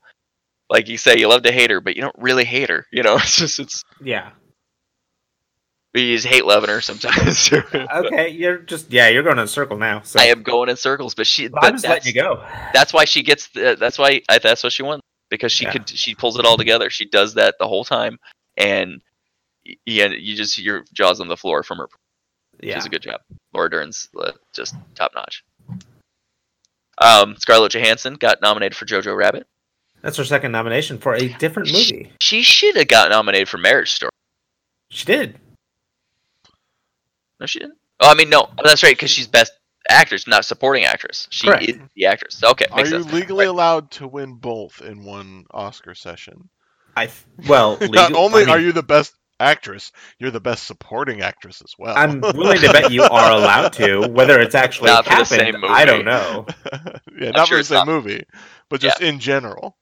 Speaker 1: like you say, you love to hate her, but you don't really hate her. You know, [LAUGHS] it's just it's
Speaker 2: Yeah.
Speaker 1: you just hate loving her sometimes. [LAUGHS]
Speaker 2: Okay. You're just yeah. You're going in a circle now. So
Speaker 1: I am going in circles, but she.
Speaker 2: I'm
Speaker 1: But
Speaker 2: just letting
Speaker 1: that's,
Speaker 2: you go.
Speaker 1: that's why she gets. The, that's why I, that's what she won because she
Speaker 2: Yeah.
Speaker 1: could. She pulls it all together. She does that the whole time, and y- yeah, you just your jaws on the floor from her. She
Speaker 2: Yeah.
Speaker 1: does a good job. Laura Dern's uh, just top notch. Um, Scarlett Johansson got nominated for Jojo Rabbit.
Speaker 2: That's her second nomination for a different movie.
Speaker 1: She should have got nominated for Marriage Story.
Speaker 2: She did.
Speaker 1: No, she didn't. Oh, I mean, no, that's right, because she's best actress, not supporting actress. She
Speaker 2: Correct.
Speaker 1: is the actress. Okay,
Speaker 3: Are
Speaker 1: makes
Speaker 3: you
Speaker 1: sense. [LAUGHS]
Speaker 3: legally
Speaker 1: Right.
Speaker 3: allowed to win both in one Oscar session? [LAUGHS]
Speaker 2: I th- well.
Speaker 3: Not
Speaker 2: legal-
Speaker 3: only
Speaker 2: I mean,
Speaker 3: are you the best actress, you're the best supporting actress as well.
Speaker 2: I'm willing to bet you are allowed to.
Speaker 1: [LAUGHS]
Speaker 2: Whether it's actually
Speaker 1: Not for the
Speaker 2: happened,
Speaker 1: same
Speaker 2: I don't
Speaker 1: movie. [LAUGHS]
Speaker 2: know.
Speaker 3: [LAUGHS] yeah, not
Speaker 1: sure
Speaker 3: for the
Speaker 1: it's
Speaker 3: same
Speaker 1: not-
Speaker 3: movie, but just in general.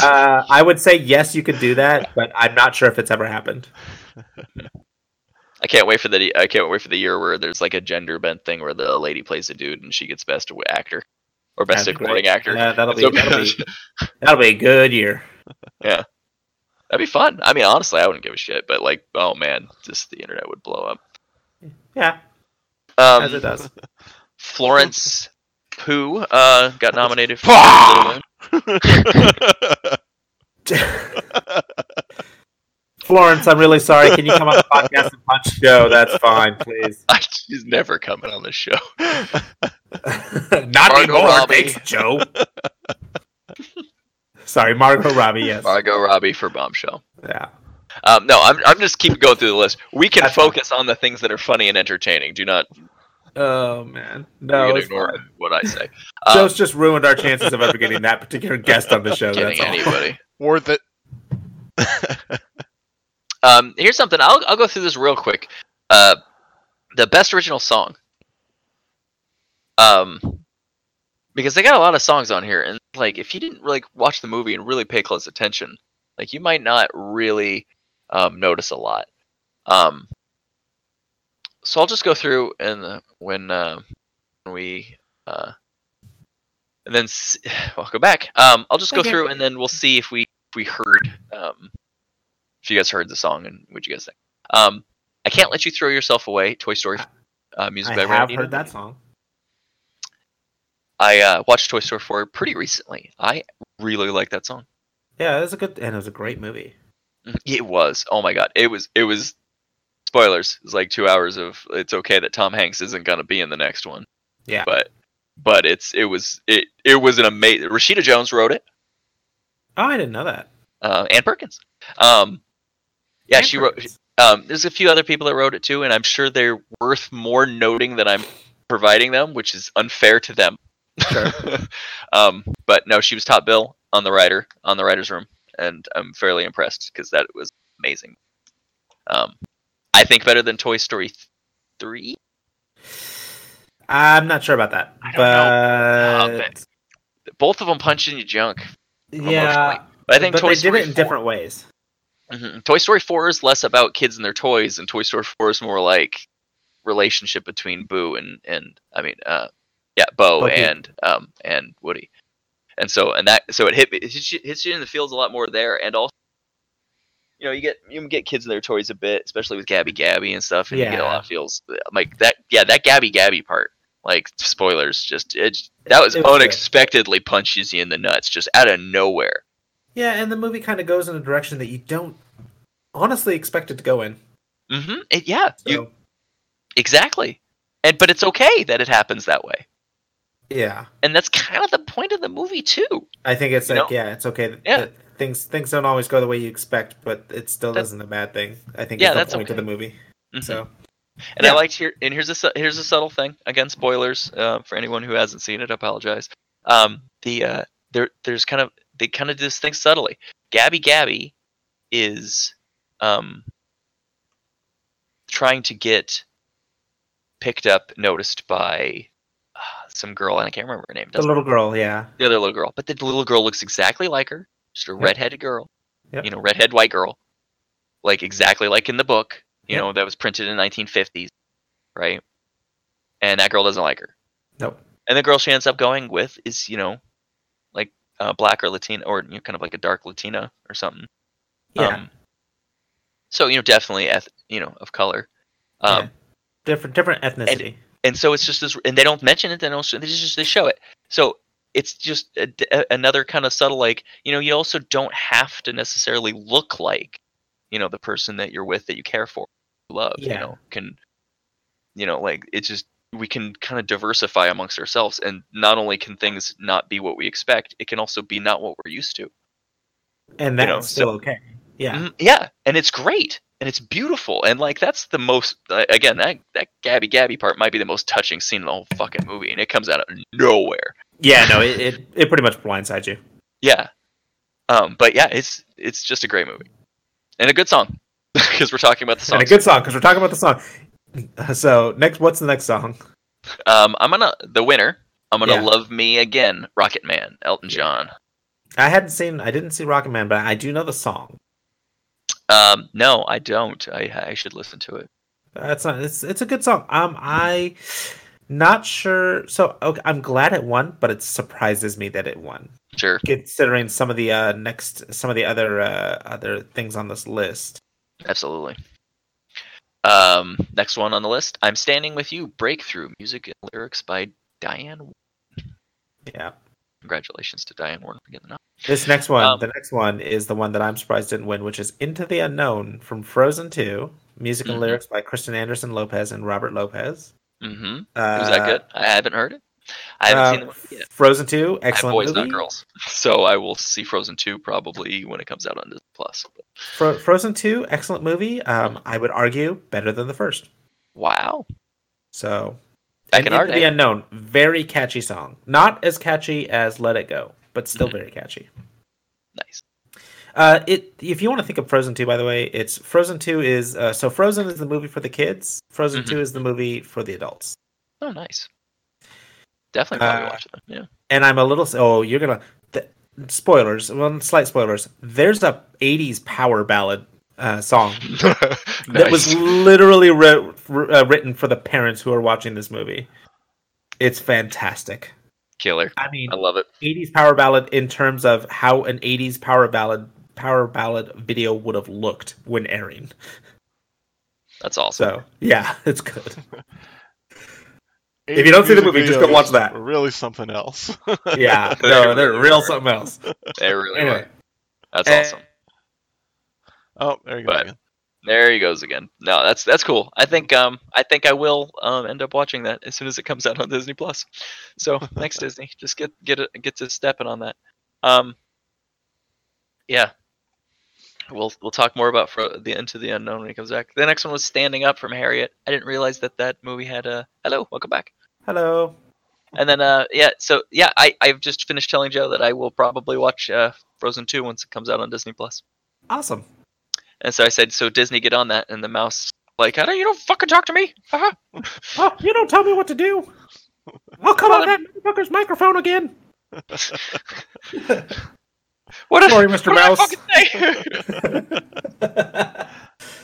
Speaker 2: Uh, I would say yes, you could do that, but I'm not sure if it's ever happened.
Speaker 1: I can't wait for the I can't wait for the year where there's like a gender bent thing where the lady plays a dude and she gets best actor or best
Speaker 2: That'd be
Speaker 1: supporting
Speaker 2: great.
Speaker 1: actor.
Speaker 2: Yeah, that'll be,
Speaker 1: So-
Speaker 2: that'll
Speaker 1: [LAUGHS]
Speaker 2: be that'll be a good year.
Speaker 1: That'd be fun. I mean, honestly, I wouldn't give a shit, but like, oh man, just the internet would blow up.
Speaker 2: Yeah,
Speaker 1: Um,
Speaker 2: as it does. [LAUGHS]
Speaker 1: Florence Pooh uh, got nominated for [LAUGHS]
Speaker 3: Pah!
Speaker 1: Little Women.
Speaker 2: [LAUGHS] Florence, I'm really sorry. Can you come on the podcast and punch? No, that's fine,
Speaker 1: [LAUGHS]
Speaker 2: please.
Speaker 1: I, she's never coming on this show. [LAUGHS]
Speaker 2: Not
Speaker 1: Margot
Speaker 2: anymore,
Speaker 1: Robbie.
Speaker 2: thanks, Joe. sorry, Margot Robbie. Yes.
Speaker 1: Margot Robbie for Bombshell.
Speaker 2: Yeah.
Speaker 1: Um, no, I'm, I'm just keep going through the list. We can
Speaker 2: That's fine.
Speaker 1: focus on the things that are funny and entertaining. Do not
Speaker 2: Oh man,
Speaker 1: you
Speaker 2: no.
Speaker 1: can
Speaker 2: It's
Speaker 1: ignore Um,
Speaker 2: fine.
Speaker 1: what I say.
Speaker 2: [LAUGHS] Joe's just ruined our chances of ever getting that particular guest on the show. That's
Speaker 1: Um, Kidding
Speaker 2: all.
Speaker 1: anybody.
Speaker 3: [LAUGHS] Worth it.
Speaker 1: Um, here's something. I'll I'll go through this real quick. Uh, the best original song. Um, because they got a lot of songs on here, and like if you didn't like watch the movie and really pay close attention, like you might not really um, notice a lot. Um, so I'll just go through and uh, when uh, when we uh, and then s- [SIGHS] I'll go back. Um, I'll just go
Speaker 2: Okay.
Speaker 1: through and then we'll see if we if we heard um, if you guys heard the song and what you guys think. Um, I can't let you throw yourself away. Toy Story uh, music
Speaker 2: I
Speaker 1: by
Speaker 2: have
Speaker 1: Randy
Speaker 2: heard
Speaker 1: Newman.
Speaker 2: that song.
Speaker 1: I uh, watched Toy Story 4 pretty recently. I really like that song.
Speaker 2: Yeah, it was a good and it was a great movie. Mm-hmm.
Speaker 1: Mhm. It was. Oh my god. It was. It was. Spoilers. It's like two hours of. It's okay that Tom Hanks isn't gonna be in the next one.
Speaker 2: Yeah.
Speaker 1: But, but it's. It was. It. It was an amazing. Rashida Jones wrote it.
Speaker 2: Oh, I didn't know that.
Speaker 1: Uh, Ann Perkins. Um. Yeah, she wrote.
Speaker 2: Perfect.
Speaker 1: Um, there's a few other people that wrote it too, and I'm sure they're worth more noting than I'm providing them, which is unfair to them. [LAUGHS] um, but no, she was top bill on the writer on the writers' room, and I'm fairly impressed because that was amazing. Um, I think better than Toy Story three.
Speaker 2: I'm not sure about that,
Speaker 1: I don't
Speaker 2: but
Speaker 1: know. Uh, Both of them punch in your junk.
Speaker 2: yeah,
Speaker 1: emotionally. But I think
Speaker 2: but
Speaker 1: Toy
Speaker 2: they did
Speaker 1: Story
Speaker 2: it in
Speaker 1: 4
Speaker 2: different ways.
Speaker 1: Mhm. Toy Story 4 is less about kids and their toys, and Toy Story 4 is more like relationship between Boo and and I mean, uh, yeah, Bo
Speaker 2: Bo Peep.
Speaker 1: and um and Woody, and so and that so it hit me it hits you, hits you in the feels a lot more there, and also you know you get you get kids and their toys a bit, especially with Gabby Gabby and stuff, and you get a lot
Speaker 2: Yeah.
Speaker 1: of feels like that. Yeah, that Gabby Gabby part. Like spoilers, just it, that was
Speaker 2: It was good.
Speaker 1: unexpectedly punches you in the nuts, just out of nowhere.
Speaker 2: Yeah, and the movie kind of goes in a direction that you don't honestly expect it to go in.
Speaker 1: hmm yeah,
Speaker 2: So,
Speaker 1: you Exactly. And but it's okay that it happens that way.
Speaker 2: yeah,
Speaker 1: And that's kind of the point of the movie too.
Speaker 2: I think it's
Speaker 1: You
Speaker 2: like
Speaker 1: know?
Speaker 2: yeah, it's okay. That,
Speaker 1: Yeah.
Speaker 2: that- things things don't always go the way you expect, but it still
Speaker 1: That-
Speaker 2: isn't a bad thing. I think
Speaker 1: Yeah,
Speaker 2: yeah,
Speaker 1: that's
Speaker 2: that's the point
Speaker 1: okay.
Speaker 2: of the movie.
Speaker 1: Mhm.
Speaker 2: So
Speaker 1: And
Speaker 2: Mm-hmm. Yeah.
Speaker 1: I liked here. And here's a su- here's a subtle thing. Again, spoilers uh, for anyone who hasn't seen it. I apologize. Um, the uh, there there's kind of they kind of do this thing subtly. Gabby Gabby is um, trying to get picked up, noticed by uh, some girl, and I can't remember her name.
Speaker 2: the
Speaker 1: Doesn't
Speaker 2: little girl, yeah,
Speaker 1: the other little girl. But the little girl looks exactly like her. Just a
Speaker 2: Yep.
Speaker 1: redheaded girl.
Speaker 2: Yep.
Speaker 1: You know, redhead white girl. Like exactly like in the book, you
Speaker 2: Yep.
Speaker 1: know, that was printed in 1950s, right? And that girl doesn't like her.
Speaker 2: Nope.
Speaker 1: And the girl she ends up going with is, you know, like uh, black or Latina or you know, kind of like a dark Latina or something.
Speaker 2: yeah,
Speaker 1: Um, so, you know, definitely, eth- you know, of color. Um,
Speaker 2: Yeah. different different ethnicity.
Speaker 1: and so it's just this and they don't mention it they don't they just they show it so it's just a, a- another kind of subtle like you know you also don't have to necessarily look like you know the person that you're with that you care for you love you
Speaker 2: Yeah.
Speaker 1: know can you know like it's just we can kind of diversify amongst ourselves and not only can things not be what we expect it can also be not what we're used to
Speaker 2: and
Speaker 1: you
Speaker 2: that's
Speaker 1: know,
Speaker 2: still okay. Yeah,
Speaker 1: Mhm, yeah and it's great and it's beautiful and like that's the most uh, again that that gabby gabby part might be the most touching scene in the whole fucking movie and it comes out of nowhere
Speaker 2: yeah, no, it, it it pretty much blindsides you.
Speaker 1: yeah um but yeah it's it's just a great movie and a good song [LAUGHS] because we're talking about the song
Speaker 2: And a good song because we're talking about the song. So next, what's the next song?
Speaker 1: um i'm gonna the winner i'm gonna
Speaker 2: Yeah.
Speaker 1: love me again rocket man elton john
Speaker 2: I hadn't seen, I didn't see Rocket Man, but I do know the song.
Speaker 1: um no i don't i i should listen to it
Speaker 2: That's not. It's it's a good song. Um, I not sure. So okay, I'm glad it won, but it surprises me that it won,
Speaker 1: sure
Speaker 2: considering some of the uh next some of the other uh other things on this list.
Speaker 1: absolutely um next one on the list i'm standing with you breakthrough music and lyrics by diane
Speaker 2: Yeah,
Speaker 1: congratulations to Diane Warren for getting the nom.
Speaker 2: this next one,
Speaker 1: Um,
Speaker 2: the next one is the one that I'm surprised didn't win, which is Into the Unknown from Frozen Two, music and
Speaker 1: Mhm.
Speaker 2: lyrics by Kristen Anderson Lopez and Robert Lopez.
Speaker 1: Mm-hmm.
Speaker 2: Uh,
Speaker 1: Was that good? I haven't heard it. I haven't seen the
Speaker 2: uh,
Speaker 1: movie yet.
Speaker 2: Frozen Two,
Speaker 1: I have
Speaker 2: excellent
Speaker 1: boys,
Speaker 2: movie.
Speaker 1: not girls. [LAUGHS] So I will see Frozen 2 probably when it comes out on Disney Plus.
Speaker 2: Fro- Frozen Two, excellent movie. Um, I would argue better than the first.
Speaker 1: Wow.
Speaker 2: So
Speaker 1: Back
Speaker 2: and
Speaker 1: in our
Speaker 2: Into the
Speaker 1: day.
Speaker 2: unknown, very catchy song. Not as catchy as "Let It Go," but still
Speaker 1: Mhm.
Speaker 2: very catchy.
Speaker 1: Nice.
Speaker 2: Uh, it if you want to think of Frozen Two, by the way, it's Frozen Two is uh, so Frozen is the movie for the kids. Frozen
Speaker 1: Mhm.
Speaker 2: Two is the movie for the adults.
Speaker 1: Oh, nice. Definitely probably
Speaker 2: Uh,
Speaker 1: watch it. then, Yeah.
Speaker 2: And I'm a little s- oh you're gonna th- spoilers well slight spoilers. There's a '80s power ballad uh, song
Speaker 1: [LAUGHS]
Speaker 2: that was literally writ- wr- uh, written for the parents who are watching this movie. It's fantastic.
Speaker 1: killer.
Speaker 2: I mean,
Speaker 1: I love it.
Speaker 2: 80s power ballad in terms of how an 80s power ballad power ballad video would have looked when airing.
Speaker 1: That's awesome.
Speaker 2: So yeah, [LAUGHS]
Speaker 1: [LAUGHS]
Speaker 2: it's good. If you don't see the
Speaker 3: Music
Speaker 2: movie, just go
Speaker 3: videos
Speaker 2: watch that.
Speaker 3: were Really something else. [LAUGHS]
Speaker 2: Yeah, no, they're real something else.
Speaker 1: They really
Speaker 2: Anyway,
Speaker 1: were. That's
Speaker 2: eh.
Speaker 1: awesome.
Speaker 3: Oh, there you go.
Speaker 1: But-
Speaker 3: again.
Speaker 1: There he goes again. No, that's that's cool. I think um I think I will um end up watching that as soon as it comes out on Disney Plus. So thanks Disney, just get get it get to stepping on that. Um, yeah, we'll we'll talk more about Fro- the Into the Unknown when he comes back. The next one was Standing Up from Harriet. I didn't realize that that movie had a hello, welcome back.
Speaker 2: hello.
Speaker 1: And then uh yeah, so yeah, I I've just finished telling Joe that I will probably watch uh Frozen Two once it comes out on Disney Plus.
Speaker 2: Awesome.
Speaker 1: And so I said, so Disney, get on that. And the mouse, like, I don't, you don't fucking talk to me. Uh-huh.
Speaker 2: Oh, you don't tell me what
Speaker 1: [LAUGHS]
Speaker 2: to do. I'll cut off that motherfucker's microphone again.
Speaker 1: What did-
Speaker 2: Sorry, Mr.
Speaker 1: what did I
Speaker 2: Mouse.
Speaker 1: fucking say?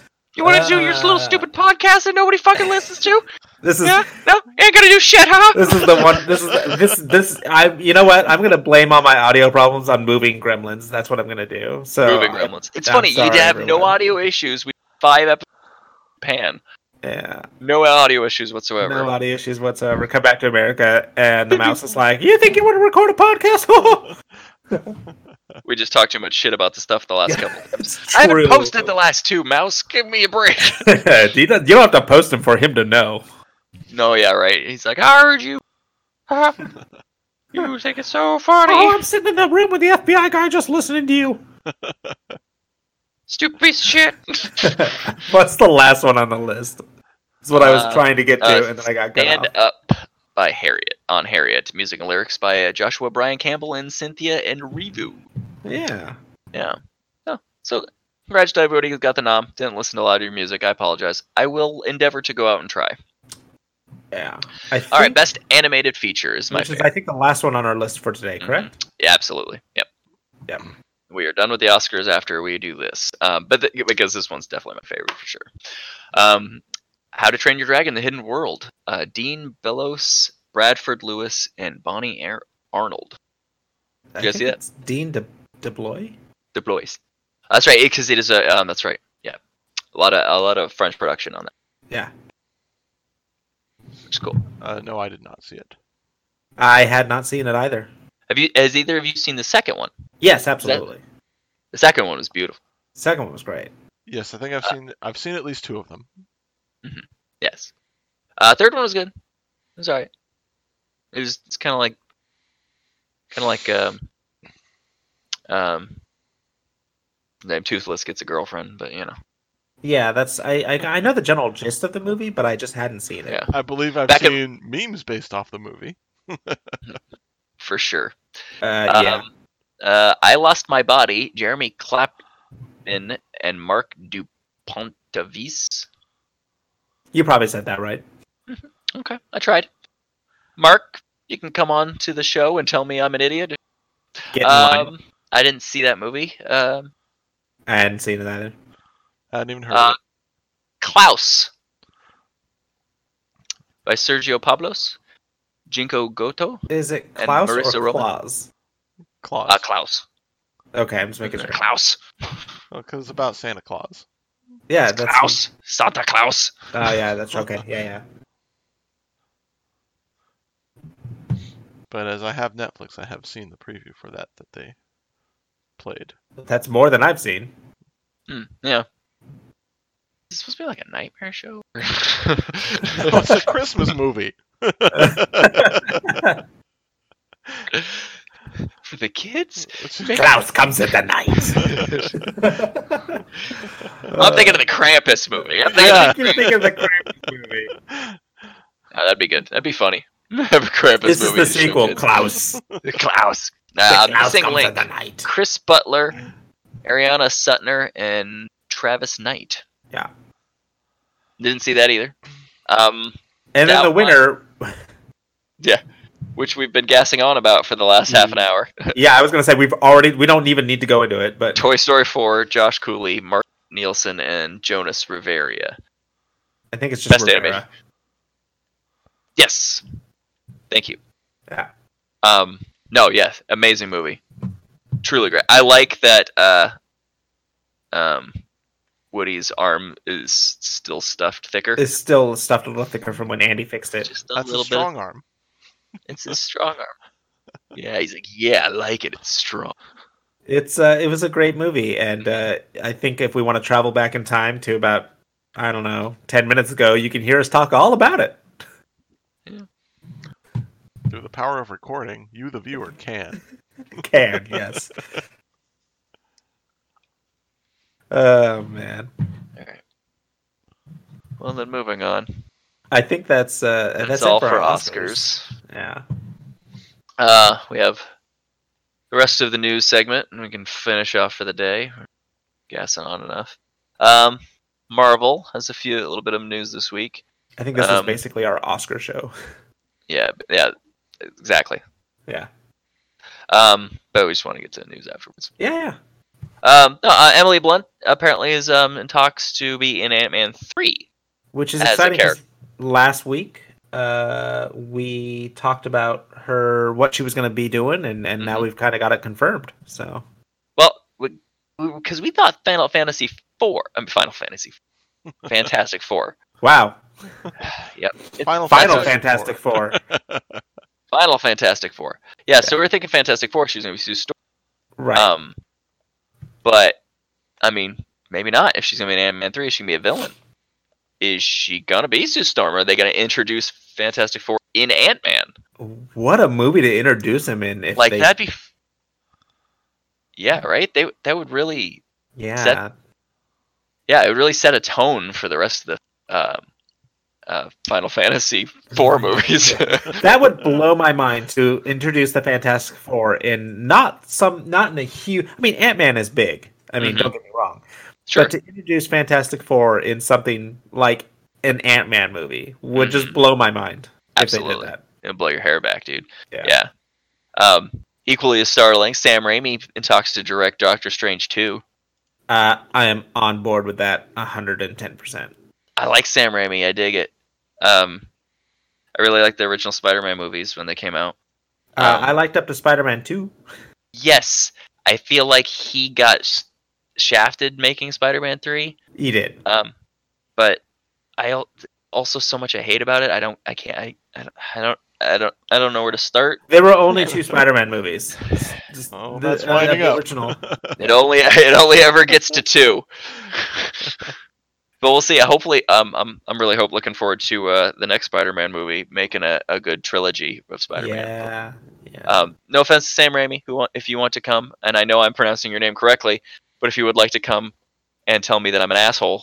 Speaker 1: [LAUGHS] you want to do your
Speaker 2: Uh.
Speaker 1: little stupid podcast that nobody fucking listens to?
Speaker 2: [LAUGHS] [LAUGHS] this is
Speaker 1: Yeah, no, ain't gonna do shit, huh?
Speaker 2: this is the one. This is this this. I you know what? I'm gonna blame all my audio problems on moving gremlins. That's what I'm gonna do. So
Speaker 1: Moving gremlins. It's
Speaker 2: Uh, I'm
Speaker 1: funny. You
Speaker 2: sorry,
Speaker 1: have no
Speaker 2: everyone.
Speaker 1: audio issues. We five episodes. Pan.
Speaker 2: Yeah.
Speaker 1: No audio issues whatsoever.
Speaker 2: No uh, audio issues whatsoever. Come back to America,
Speaker 1: [LAUGHS]
Speaker 2: and the mouse is like, "You think you want to record a podcast?" [LAUGHS]
Speaker 1: We just talked too much shit about the stuff the last couple.
Speaker 2: [LAUGHS] It's
Speaker 1: I haven't
Speaker 2: true. [LAUGHS]
Speaker 1: posted the last two. Mouse, give me a break. [LAUGHS]
Speaker 2: you don't you don't have to post them for him to know.
Speaker 1: no, yeah, right. He's like, I heard you.
Speaker 2: [LAUGHS]
Speaker 1: Uh-huh. you think it's so funny?
Speaker 2: Oh, [LAUGHS] I'm sitting in that room with the FBI guy, just listening to you.
Speaker 1: Stupid piece of shit.
Speaker 2: [LAUGHS] What's the last one on the list? That's what I
Speaker 1: Uh,
Speaker 2: was trying to get to,
Speaker 1: uh,
Speaker 2: and then I got cut
Speaker 1: Stand
Speaker 2: off.
Speaker 1: Up by Harriet on Harriet. Music and lyrics by uh, Joshua Brian Campbell and Cynthia and Revu.
Speaker 2: Yeah.
Speaker 1: Yeah. Oh, so congrats to everybody who's got the nom. Didn't listen to a lot of your music. I apologize. I will endeavor to go out and try.
Speaker 2: Yeah. I think,
Speaker 1: All right, best animated feature is my
Speaker 2: which is,
Speaker 1: favorite.
Speaker 2: I think, the last one on our list for today,
Speaker 1: Mhm.
Speaker 2: correct?
Speaker 1: Yeah, absolutely. Yep.
Speaker 2: Yep.
Speaker 1: We are done with the Oscars after we do this, um, but the, because this one's definitely my favorite for sure. Um, How to Train Your Dragon: The Hidden World. Uh, Dean Bellows, Bradford Lewis, and Bonnie Ar- Arnold.
Speaker 2: I
Speaker 1: Yes,
Speaker 2: think
Speaker 1: yeah.
Speaker 2: it's Dean De- DeBloy?
Speaker 1: Deploys. That's right, because it is a. Um, that's right. Yeah, a lot of a lot of French production on that,
Speaker 2: Yeah.
Speaker 1: which is cool.
Speaker 3: Uh, no, I did not see it.
Speaker 2: I had not seen it either.
Speaker 1: Have you? Has either of you seen the second one?
Speaker 2: Yes, absolutely.
Speaker 1: The second one was beautiful.
Speaker 2: Second one was great.
Speaker 3: Yes, I think I've
Speaker 1: Uh,
Speaker 3: seen I've seen at least two of them.
Speaker 1: Yes. Uh, third one was good. It was alright. It was it's kind of like, kind of like um, um, name Toothless gets a girlfriend, but you know,
Speaker 2: Yeah, that's I, I I know the general gist of the movie, but I just hadn't seen it.
Speaker 1: Yeah.
Speaker 3: I believe I've
Speaker 1: Back at-
Speaker 3: seen memes based off the movie.
Speaker 1: for sure.
Speaker 2: Uh, yeah.
Speaker 1: Um, uh, I lost my body. Jeremy Clapton and Mark Dupontavis.
Speaker 2: You probably said that right.
Speaker 1: Okay, I tried. Mark, you can come on to the show and tell me I'm an idiot.
Speaker 2: Get in line.
Speaker 1: Um, I didn't see that movie. Um,
Speaker 2: I hadn't seen it either.
Speaker 3: I hadn't even heard
Speaker 1: Uh,
Speaker 3: of
Speaker 1: Klaus by Sergio Pablos, Jinko Goto.
Speaker 2: Is it
Speaker 1: And
Speaker 2: Klaus or
Speaker 1: Marissa Roman.
Speaker 2: Claus?
Speaker 3: it. Claus.
Speaker 1: Uh, Klaus.
Speaker 2: Okay, I'm just making sure.
Speaker 1: Klaus.
Speaker 3: Because Oh, it's about Santa Claus.
Speaker 2: Yeah,
Speaker 1: It's
Speaker 2: that's
Speaker 1: Klaus. Santa Klaus.
Speaker 2: Oh yeah, that's okay. Yeah, yeah.
Speaker 3: But as I have Netflix, I have seen the preview for that that they played. [LAUGHS]
Speaker 2: That's more than I've seen.
Speaker 1: Hmm, yeah. Is it supposed to be like a nightmare [LAUGHS] show?
Speaker 3: No, Oh, it's a Christmas movie.
Speaker 1: [LAUGHS]
Speaker 3: [LAUGHS]
Speaker 1: For the kids?
Speaker 2: Klaus comes at the [LAUGHS] night.
Speaker 3: [LAUGHS]
Speaker 1: I'm
Speaker 2: Uh,
Speaker 1: thinking of the Krampus movie. I'm thinking
Speaker 3: Yeah.
Speaker 2: I think you're thinking of the
Speaker 1: [LAUGHS]
Speaker 2: Krampus movie.
Speaker 1: Oh, that'd be good. That'd be funny. [LAUGHS] Have a Krampus
Speaker 2: This is
Speaker 1: movie.
Speaker 2: the
Speaker 1: to show
Speaker 2: sequel,
Speaker 1: kids.
Speaker 2: Klaus.
Speaker 1: Klaus. Nah,
Speaker 2: Klaus
Speaker 1: missing
Speaker 2: comes
Speaker 1: link.
Speaker 2: at the night.
Speaker 1: Chris Butler, Ariana Sutner, and Travis Knight.
Speaker 2: Yeah.
Speaker 1: Didn't see that either. Um,
Speaker 2: And
Speaker 1: That
Speaker 2: then the
Speaker 1: one. [LAUGHS]
Speaker 2: winner.
Speaker 1: which we've been gassing on about for the last half
Speaker 2: Mm.
Speaker 1: an hour.
Speaker 2: Yeah, I was gonna say we've already. We don't even need to go into it, but
Speaker 1: Toy Story 4, Josh Cooley, Mark Nielsen, and Jonas Riveria.
Speaker 2: I think it's just
Speaker 1: Best
Speaker 2: Rivera.
Speaker 1: animation. Yes. Thank you.
Speaker 2: Yeah.
Speaker 1: Um, no, yes, amazing movie. Truly great. I like that uh, um, Woody's arm is still stuffed thicker.
Speaker 2: It's still stuffed a little thicker from when Andy fixed it.
Speaker 1: Just a
Speaker 3: That's a
Speaker 1: little bit of
Speaker 3: strong arm.
Speaker 1: It's his strong arm. Yeah, he's like, yeah, I like it. It's strong.
Speaker 2: It's uh, it was a great movie, and uh, I think if we want to travel back in time to about I don't know ten minutes ago, you can hear us talk all about it.
Speaker 3: Through the power of recording, you, the viewer, can.
Speaker 2: Can yes. oh man,
Speaker 1: All right. Well, then moving on.
Speaker 2: I think that's uh, that's,
Speaker 1: That's
Speaker 2: it
Speaker 1: all for
Speaker 2: our
Speaker 1: Oscars.
Speaker 2: Yeah,
Speaker 1: Uh, we have the rest of the news segment, and we can finish off for the day. We're gassing on enough. Um, Marvel has a few, a little bit of news this week.
Speaker 2: I think this
Speaker 1: Um,
Speaker 2: was basically our Oscar show.
Speaker 1: Yeah, b- yeah, exactly.
Speaker 2: Yeah,
Speaker 1: Um, but we just want to get to the news afterwards.
Speaker 2: yeah, yeah.
Speaker 1: Um, no, uh, Emily Blunt apparently is um in talks to be in Ant Man three.
Speaker 2: Which is
Speaker 1: As a
Speaker 2: exciting. 'cause
Speaker 1: character.
Speaker 2: Last week, uh, we talked about her what she was going to be doing, and and now
Speaker 1: Mhm.
Speaker 2: we've kind of got it confirmed. So
Speaker 1: Well, because we, thought Final Fantasy four, I mean, Final Fantasy, Fantastic Four.
Speaker 2: wow,
Speaker 1: Yep.
Speaker 3: Final,
Speaker 2: Final
Speaker 1: Fantastic
Speaker 2: Fantastic Four.
Speaker 1: Final Fantastic Four. Yeah, so we were thinking Fantastic Four. She's gonna be Sue Storm.
Speaker 2: [LAUGHS] Right.
Speaker 1: Um, but I mean, maybe not. If she's gonna be an Ant Man three, is she gonna be a villain? Is she gonna be Sue Storm? Are they gonna introduce Fantastic Four in Ant Man?
Speaker 2: what a movie to introduce him in. If
Speaker 1: Um, Like
Speaker 2: they,
Speaker 1: that'd be. f- yeah, right. They that would really
Speaker 2: Yeah.
Speaker 1: yeah, it would really set a tone for the rest of the um, uh, Final Fantasy
Speaker 2: [LAUGHS]
Speaker 1: four movies. [LAUGHS]
Speaker 2: that would blow my mind to introduce the Fantastic Four in not some not in a huge. I mean, Ant Man is big. I mean,
Speaker 1: Mhm.
Speaker 2: don't get me wrong.
Speaker 1: sure.
Speaker 2: But to introduce Fantastic Four in something like an Ant Man movie would just
Speaker 1: Mhm.
Speaker 2: blow my mind. If they did
Speaker 1: Absolutely.
Speaker 2: that.
Speaker 1: It'll blow your hair back, dude.
Speaker 2: Yeah.
Speaker 1: Yeah. Um, equally as startling, Sam Raimi talks to direct Doctor Strange 2.
Speaker 2: Uh, I am on board with that 110. percent
Speaker 1: I like Sam Raimi. I dig it. Um, I really like the original Spider-Man movies when they came out.
Speaker 2: uh,
Speaker 1: Um,
Speaker 2: I liked up to Spider Man 2.
Speaker 1: Yes, I feel like he got s- shafted making Spider-Man 3.
Speaker 2: He did.
Speaker 1: Um, but I al- also so much I hate about it. I don't. I can't. I, I don't. I don't. I don't. I don't know where to start.
Speaker 2: There were only two Spider Man movies. Just
Speaker 3: Oh,
Speaker 2: the-
Speaker 3: that's
Speaker 2: uh,
Speaker 3: winding
Speaker 2: the
Speaker 3: up. [LAUGHS]
Speaker 2: original.
Speaker 1: It only. It only ever gets to two. but we'll see. I Hopefully, um, I'm I'm really hope looking forward to uh, the next Spider-Man movie, making a, a good trilogy of Spider-Man.
Speaker 2: Yeah. Yeah.
Speaker 1: Um, no offense to Sam Raimi, who want, if you want to come, and I know I'm pronouncing your name correctly, but if you would like to come and tell me that I'm an asshole,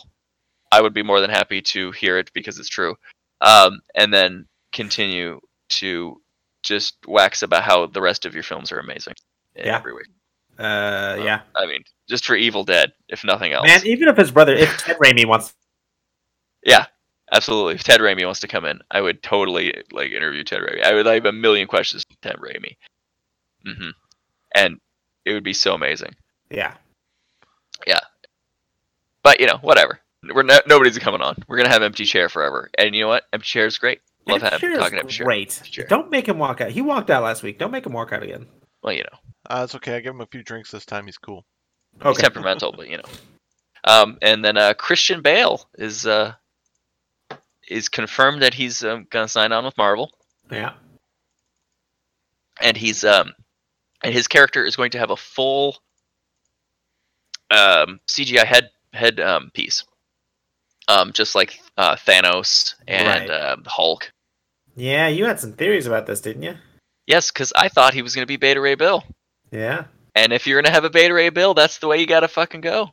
Speaker 1: I would be more than happy to hear it because it's true. Um, and then continue to just wax about how the rest of your films are amazing. in
Speaker 2: Yeah.
Speaker 1: Every week.
Speaker 2: uh, yeah.
Speaker 1: I mean, just for Evil Dead, if nothing else.
Speaker 2: Man, even if his brother, if Ted Raimi wants,
Speaker 1: Yeah, absolutely. If Ted Raimi wants to come in, I would totally like interview Ted Raimi. I would I have a million questions for Ted Raimi. hmm And it would be so amazing.
Speaker 2: yeah,
Speaker 1: But you know, whatever. We're no, nobody's coming on. We're gonna have empty chair forever. And you know what? Empty chair is great. Love
Speaker 2: Ed
Speaker 1: having
Speaker 2: Sheeran's
Speaker 1: talking to empty chair.
Speaker 2: Great.
Speaker 1: Sure.
Speaker 2: Don't make him walk out. He walked out last week. Don't make him walk out again.
Speaker 1: Well, you know,
Speaker 3: Uh, it's okay. I give him a few drinks this time. He's cool.
Speaker 1: he's
Speaker 2: Okay.
Speaker 1: temperamental, but you know. Um, and then uh, Christian Bale is uh, is confirmed that he's um, gonna sign on with Marvel.
Speaker 2: Yeah.
Speaker 1: and he's um and his character is going to have a full um CGI head head um piece. Um just like uh Thanos and
Speaker 2: Right.
Speaker 1: um, Hulk.
Speaker 2: Yeah, you had some theories about this, didn't you?
Speaker 1: Yes, cuz I thought he was going to be Beta Ray Bill.
Speaker 2: Yeah.
Speaker 1: And if you're going to have a Beta Ray Bill, that's the way you got to fucking go.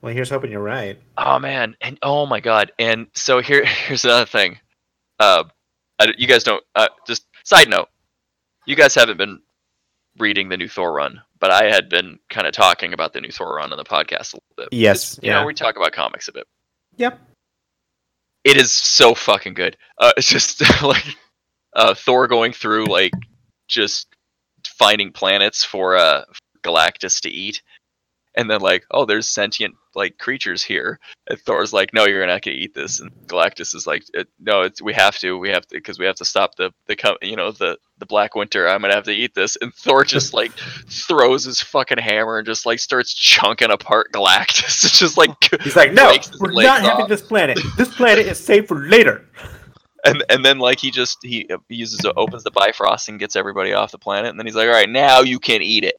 Speaker 2: Well, here's hoping you're right.
Speaker 1: Oh man, and oh my god. And so here [LAUGHS] here's another thing. Uh I d you guys don't uh just side note. You guys haven't been reading the new Thor run, but I had been kind of talking about the new Thor run on the podcast a little bit.
Speaker 2: Yes.
Speaker 1: you know we talk about comics a bit
Speaker 2: Yep.
Speaker 1: it is so fucking good uh, it's just [LAUGHS] like uh, thor going through like just finding planets for uh galactus to eat and then like oh there's sentient like creatures here and thor's like no you're not gonna eat this and galactus is like "It- no it's we have to we have to because we have to stop the the co- you know the the black winter i'm gonna have to eat this and thor just like throws his fucking hammer and just like starts chunking apart galactus [LAUGHS] it's just like
Speaker 2: He's like, no,
Speaker 1: breaks his
Speaker 2: we're
Speaker 1: legs
Speaker 2: not having
Speaker 1: off.
Speaker 2: this planet. This planet is saved for
Speaker 1: [LAUGHS]
Speaker 2: later.
Speaker 1: and and then like he just he uses opens the bifrost and gets everybody off the planet and then he's like all right now you can eat
Speaker 2: [LAUGHS]
Speaker 1: it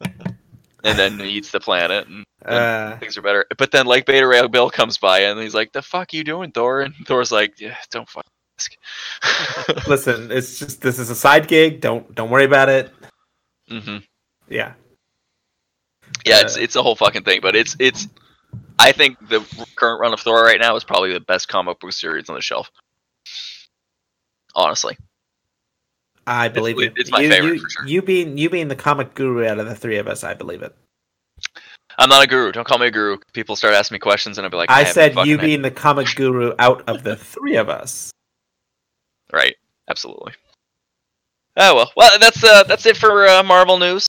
Speaker 1: and then he eats the planet and
Speaker 2: Uh,
Speaker 1: things are better but then like beta ray bill comes by and he's like the fuck you doing thor and thor's like yeah, don't fuck [LAUGHS] ask
Speaker 2: listen, it's just this is a side gig. Don't don't worry about it.
Speaker 1: hmm
Speaker 2: Yeah.
Speaker 1: yeah it's
Speaker 2: Uh,
Speaker 1: it's a whole fucking thing but it's it's i think the current run of thor right now is probably the best comic book series on the shelf honestly
Speaker 2: I believe
Speaker 1: it's-
Speaker 2: you.
Speaker 1: it's my
Speaker 2: you,
Speaker 1: favorite,
Speaker 2: you,
Speaker 1: for sure.
Speaker 2: you being you being the comic guru out of the three of us, I believe it.
Speaker 1: i'm not a guru don't call me a guru people start asking me questions and i'll be like
Speaker 2: I,
Speaker 1: have no
Speaker 2: said
Speaker 1: fucking
Speaker 2: you
Speaker 1: idea."
Speaker 2: being the comic guru out of
Speaker 1: [LAUGHS]
Speaker 2: the three of us.
Speaker 1: Right. Absolutely. Oh well. Well, that's uh, that's it for uh, Marvel news.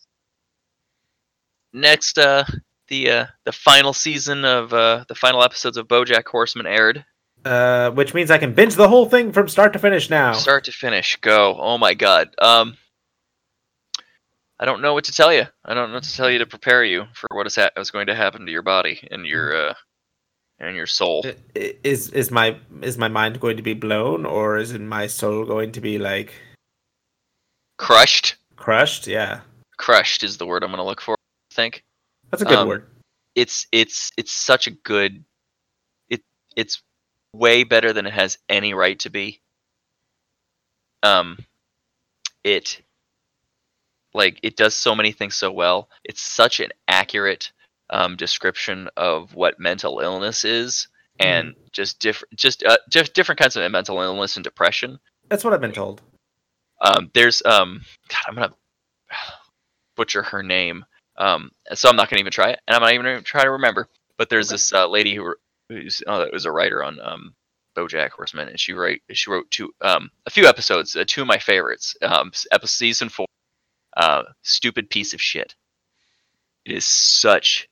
Speaker 1: Next, uh, the uh, the final season of uh, the final episodes of BoJack Horseman aired,
Speaker 2: Uh, which means I can binge the whole thing from start to finish now.
Speaker 1: start to finish. Go. Oh my god. Um, I don't know what to tell you. I don't know what to tell you to prepare you for what is ha- is going to happen to your body and your uh, and your soul.
Speaker 2: I- i- Is is my is my mind going to be blown or is my soul going to be like
Speaker 1: Crushed.
Speaker 2: crushed? Yeah,
Speaker 1: Crushed is the word I'm going to look for. I think.
Speaker 2: that's a good
Speaker 1: Um,
Speaker 2: word.
Speaker 1: it's it's it's such a good it it's way better than it has any right to be um it like it does so many things so well. It's such an accurate um, description of what mental illness is, and just different, just uh, just different kinds of mental illness and depression.
Speaker 2: That's what I've been told.
Speaker 1: Um, there's um, God, I'm gonna [SIGHS] butcher her name. Um, so I'm not gonna even try it, and I'm not even gonna try to remember. But there's this uh, lady who who's oh, that was a writer on um, BoJack Horseman, and she write she wrote two um, a few episodes, uh, two of my favorites. Um, episode season four, uh, stupid piece of shit. It is such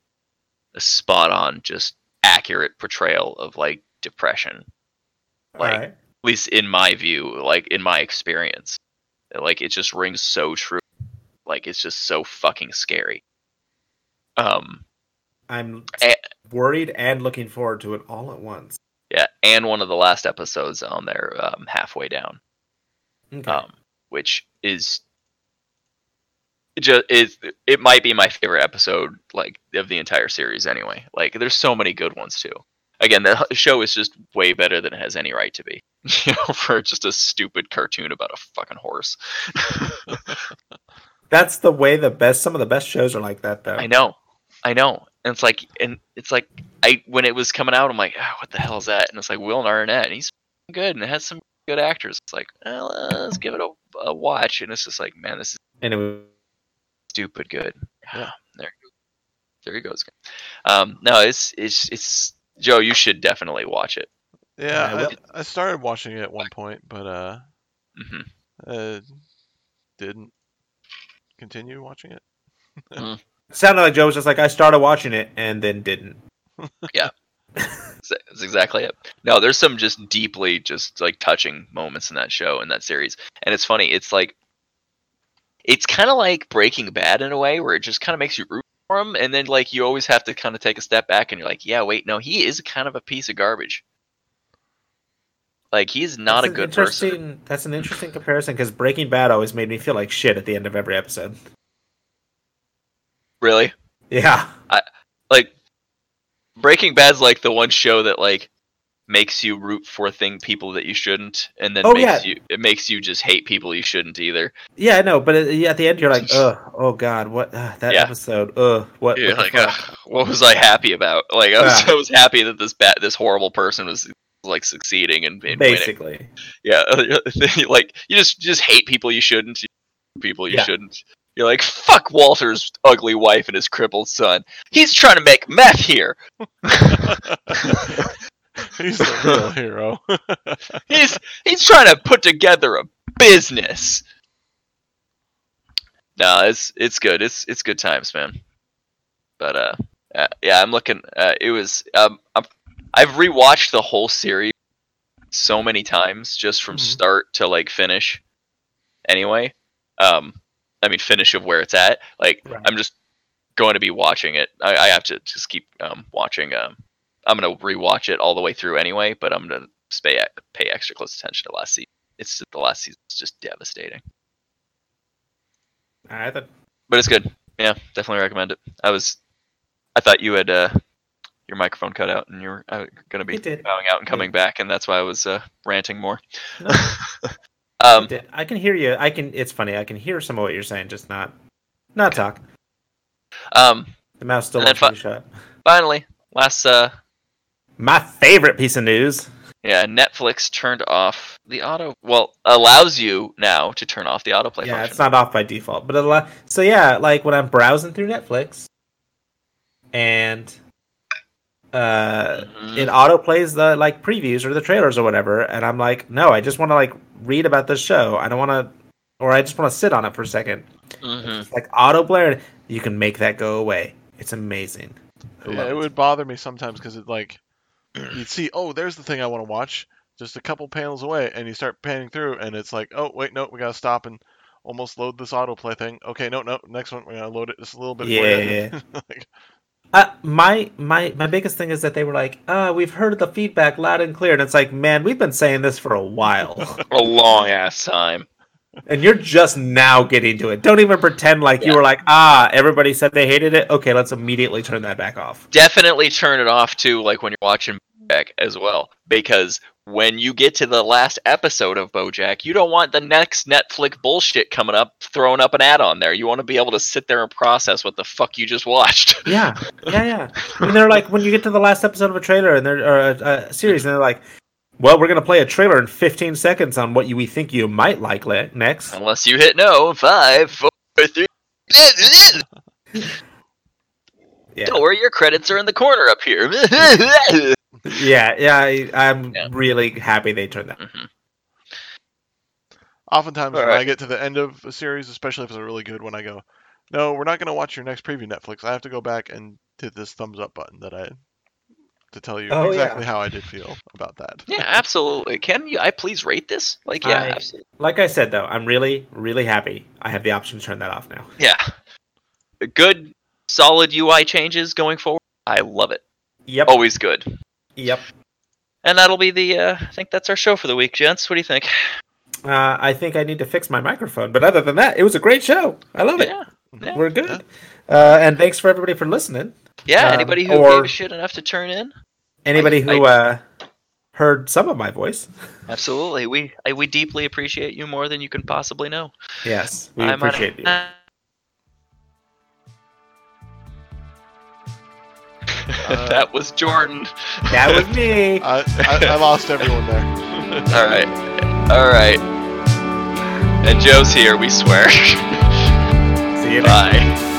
Speaker 1: a spot on, just accurate portrayal of like depression. Like
Speaker 2: All right.
Speaker 1: at least in my view, like in my experience, like it just rings so true. Like it's just so fucking scary. Um,
Speaker 2: I'm
Speaker 1: Eh.
Speaker 2: worried and looking forward to it all at once.
Speaker 1: yeah, and one of the last episodes on there, um, halfway down,
Speaker 2: Okay.
Speaker 1: um, which is just is it might be my favorite episode like of the entire series anyway. Like there's so many good ones too. Again, the show is just way better than it has any right to be. [LAUGHS] You know, for just a stupid cartoon about a fucking horse. [LAUGHS]
Speaker 2: That's the way the best. Some of the best shows are like that, though.
Speaker 1: I know, I know. And it's like, and it's like, I when it was coming out, I'm like, ah, what the hell is that? And it's like Will Arnett, and he's good, and it has some good actors. It's like, well, uh, let's give it a, a watch, and it's just like, man, this is
Speaker 2: Anyway,
Speaker 1: stupid good. [SIGHS]
Speaker 3: Yeah.
Speaker 1: there, there he goes. Um, no, it's it's it's Joe. You should definitely watch it.
Speaker 2: I
Speaker 3: Yeah,
Speaker 2: will.
Speaker 3: I, I started watching it at one point, but uh,
Speaker 1: hmm
Speaker 3: uh didn't continue watching it. [LAUGHS]
Speaker 2: sounded like Joe was just like I started watching it and then didn't.
Speaker 1: That's exactly it. No, there's some just deeply just like touching moments in that show in that series. And it's funny, it's like it's kind of like Breaking Bad in a way where it just kind of makes you root for him and then like you always have to kind of take a step back and you're like, yeah, wait, no, he is kind of a piece of garbage. Like he's not
Speaker 2: That's
Speaker 1: a
Speaker 2: an
Speaker 1: good
Speaker 2: interesting,
Speaker 1: person.
Speaker 2: That's an interesting comparison because Breaking Bad always made me feel like shit at the end of every episode.
Speaker 1: Really?
Speaker 2: Yeah,
Speaker 1: like Breaking Bad's like the one show that like makes you root for thing people that you shouldn't and then
Speaker 2: Oh,
Speaker 1: makes
Speaker 2: yeah.
Speaker 1: you it makes you just hate people you shouldn't either.
Speaker 2: yeah, I know. But it, yeah, at the end, you're like, ugh, oh god, what uh, that
Speaker 1: Yeah.
Speaker 2: episode? Ugh, what?
Speaker 1: Yeah,
Speaker 2: what the
Speaker 1: like, uh,
Speaker 2: fuck?"
Speaker 1: "Ugh, what was I happy about? Like, I was, [LAUGHS]
Speaker 2: Yeah.
Speaker 1: I was happy that this bat, this horrible person was like succeeding and, and winning.
Speaker 2: basically.
Speaker 1: Yeah, [LAUGHS] like you just you just hate people you shouldn't, you hate people you
Speaker 2: Yeah.
Speaker 1: shouldn't. You're like, fuck Walter's ugly wife and his crippled son. He's trying to make meth here.
Speaker 3: He's the real hero.
Speaker 1: He's he's trying to put together a business. No, it's it's good. It's it's good times, man. But uh, uh yeah, I'm looking. Uh, it was um, I'm, I've rewatched the whole series so many times, just from
Speaker 2: Mhm.
Speaker 1: start to like finish. Anyway, um, I mean finish of where it's at. Like
Speaker 2: Right.
Speaker 1: I'm just going to be watching it. I, I have to just keep um watching um I'm gonna rewatch it all the way through anyway, but I'm gonna pay pay extra close attention to last season. It's the last season is just devastating,
Speaker 2: All right, then.
Speaker 1: but it's good. Yeah, definitely recommend it. I was, I thought you had uh, your microphone cut out and you were uh, gonna be
Speaker 2: It did.
Speaker 1: bowing out and coming back, and that's why I was uh, ranting more.
Speaker 2: No.
Speaker 1: [LAUGHS] um,
Speaker 2: Did- I can hear you. I can. It's funny. I can hear some of what you're saying, just not, not talk.
Speaker 1: um,
Speaker 2: The mouse still
Speaker 1: And then
Speaker 2: wants me to shut. up.
Speaker 1: finally, last uh,
Speaker 2: My favorite piece of news.
Speaker 1: yeah, Netflix turned off the auto. Well, allows you now to turn off the autoplay
Speaker 2: yeah,
Speaker 1: function.
Speaker 2: it's not off by default, but a lot. So yeah, like when I'm browsing through Netflix, and uh,
Speaker 1: Mhm.
Speaker 2: it auto plays the like previews or the trailers or whatever, and I'm like, no, I just want to like read about this show. I don't want to, or I just want to sit on it for a second.
Speaker 1: Mhm.
Speaker 2: It's like auto blare. You can make that go away. It's amazing. I love
Speaker 3: Yeah, it would bother me sometimes because it like you'd see, oh, there's the thing I want to watch, just a couple panels away, and you start panning through, and it's like, oh, wait, no, we gotta stop and almost load this autoplay thing. Okay, no, no, next one we're gonna load it just a little bit. more.
Speaker 2: Yeah.
Speaker 3: like,
Speaker 2: Uh, my my my biggest thing is that they were like, uh, we've heard the feedback loud and clear, and it's like, man, we've been saying this for a while,
Speaker 1: a long ass time.
Speaker 2: and you're just now getting to it. Don't even pretend like you
Speaker 1: Yeah.
Speaker 2: were like, ah, everybody said they hated it. Okay, let's immediately turn that back off.
Speaker 1: Definitely turn it off too, like when you're watching BoJack as well, because when you get to the last episode of BoJack, you don't want the next Netflix bullshit coming up, throwing up an ad on there. You want to be able to sit there and process what the fuck you just watched. [LAUGHS]
Speaker 2: Yeah, yeah, yeah. And they're like, when you get to the last episode of a trailer and they're or a, a series, and they're like, "Well, we're gonna play a trailer in 15 seconds on what you, we think you might like le- next."
Speaker 1: Unless you hit no, five, four, three.
Speaker 2: Yeah,
Speaker 1: Don't worry, your credits are in the corner up here. [LAUGHS] Mm-hmm.
Speaker 2: yeah, yeah. I, I'm
Speaker 1: Yeah.
Speaker 2: really happy they turned that.
Speaker 1: Mhm.
Speaker 3: Oftentimes, when I
Speaker 1: Alright.
Speaker 3: get to the end of a series, especially if it's a really good one, I go, "No, we're not going to watch your next preview, Netflix. I have to go back and hit this thumbs up button that I to tell you
Speaker 2: Oh, yeah.
Speaker 3: exactly how I did feel about that."
Speaker 1: yeah, absolutely. Can you, I please rate this? Like, yeah,
Speaker 2: I-
Speaker 1: absolutely.
Speaker 2: Like I said, though, I'm really, really happy. I have the option to turn that off now.
Speaker 1: Yeah. Good, solid UI changes going forward. I love it.
Speaker 2: Yep.
Speaker 1: Always good.
Speaker 2: Yep.
Speaker 1: And that'll be the, uh, I think that's our show for the week, gents. What do you think?
Speaker 2: Uh, I think I need to fix my microphone, but other than that, it was a great show. I love it.
Speaker 1: Yeah. Yeah.
Speaker 2: We're good. Uh, and thanks for everybody for listening.
Speaker 1: [LAUGHS] Yeah,
Speaker 2: Um,
Speaker 1: anybody who
Speaker 2: or-
Speaker 1: gave a shit enough to turn in?
Speaker 2: Anybody who uh, heard some of my voice,
Speaker 1: Absolutely. We I, we deeply appreciate you more than you can possibly know.
Speaker 2: yes, we
Speaker 1: I'm outta-
Speaker 2: appreciate you.
Speaker 1: [LAUGHS] that was Jordan.
Speaker 2: That was
Speaker 1: [LAUGHS]
Speaker 2: me.
Speaker 3: I, I, I lost everyone there.
Speaker 1: All right. All right. And Joe's here, we swear. [LAUGHS]
Speaker 2: See you next
Speaker 1: Bye.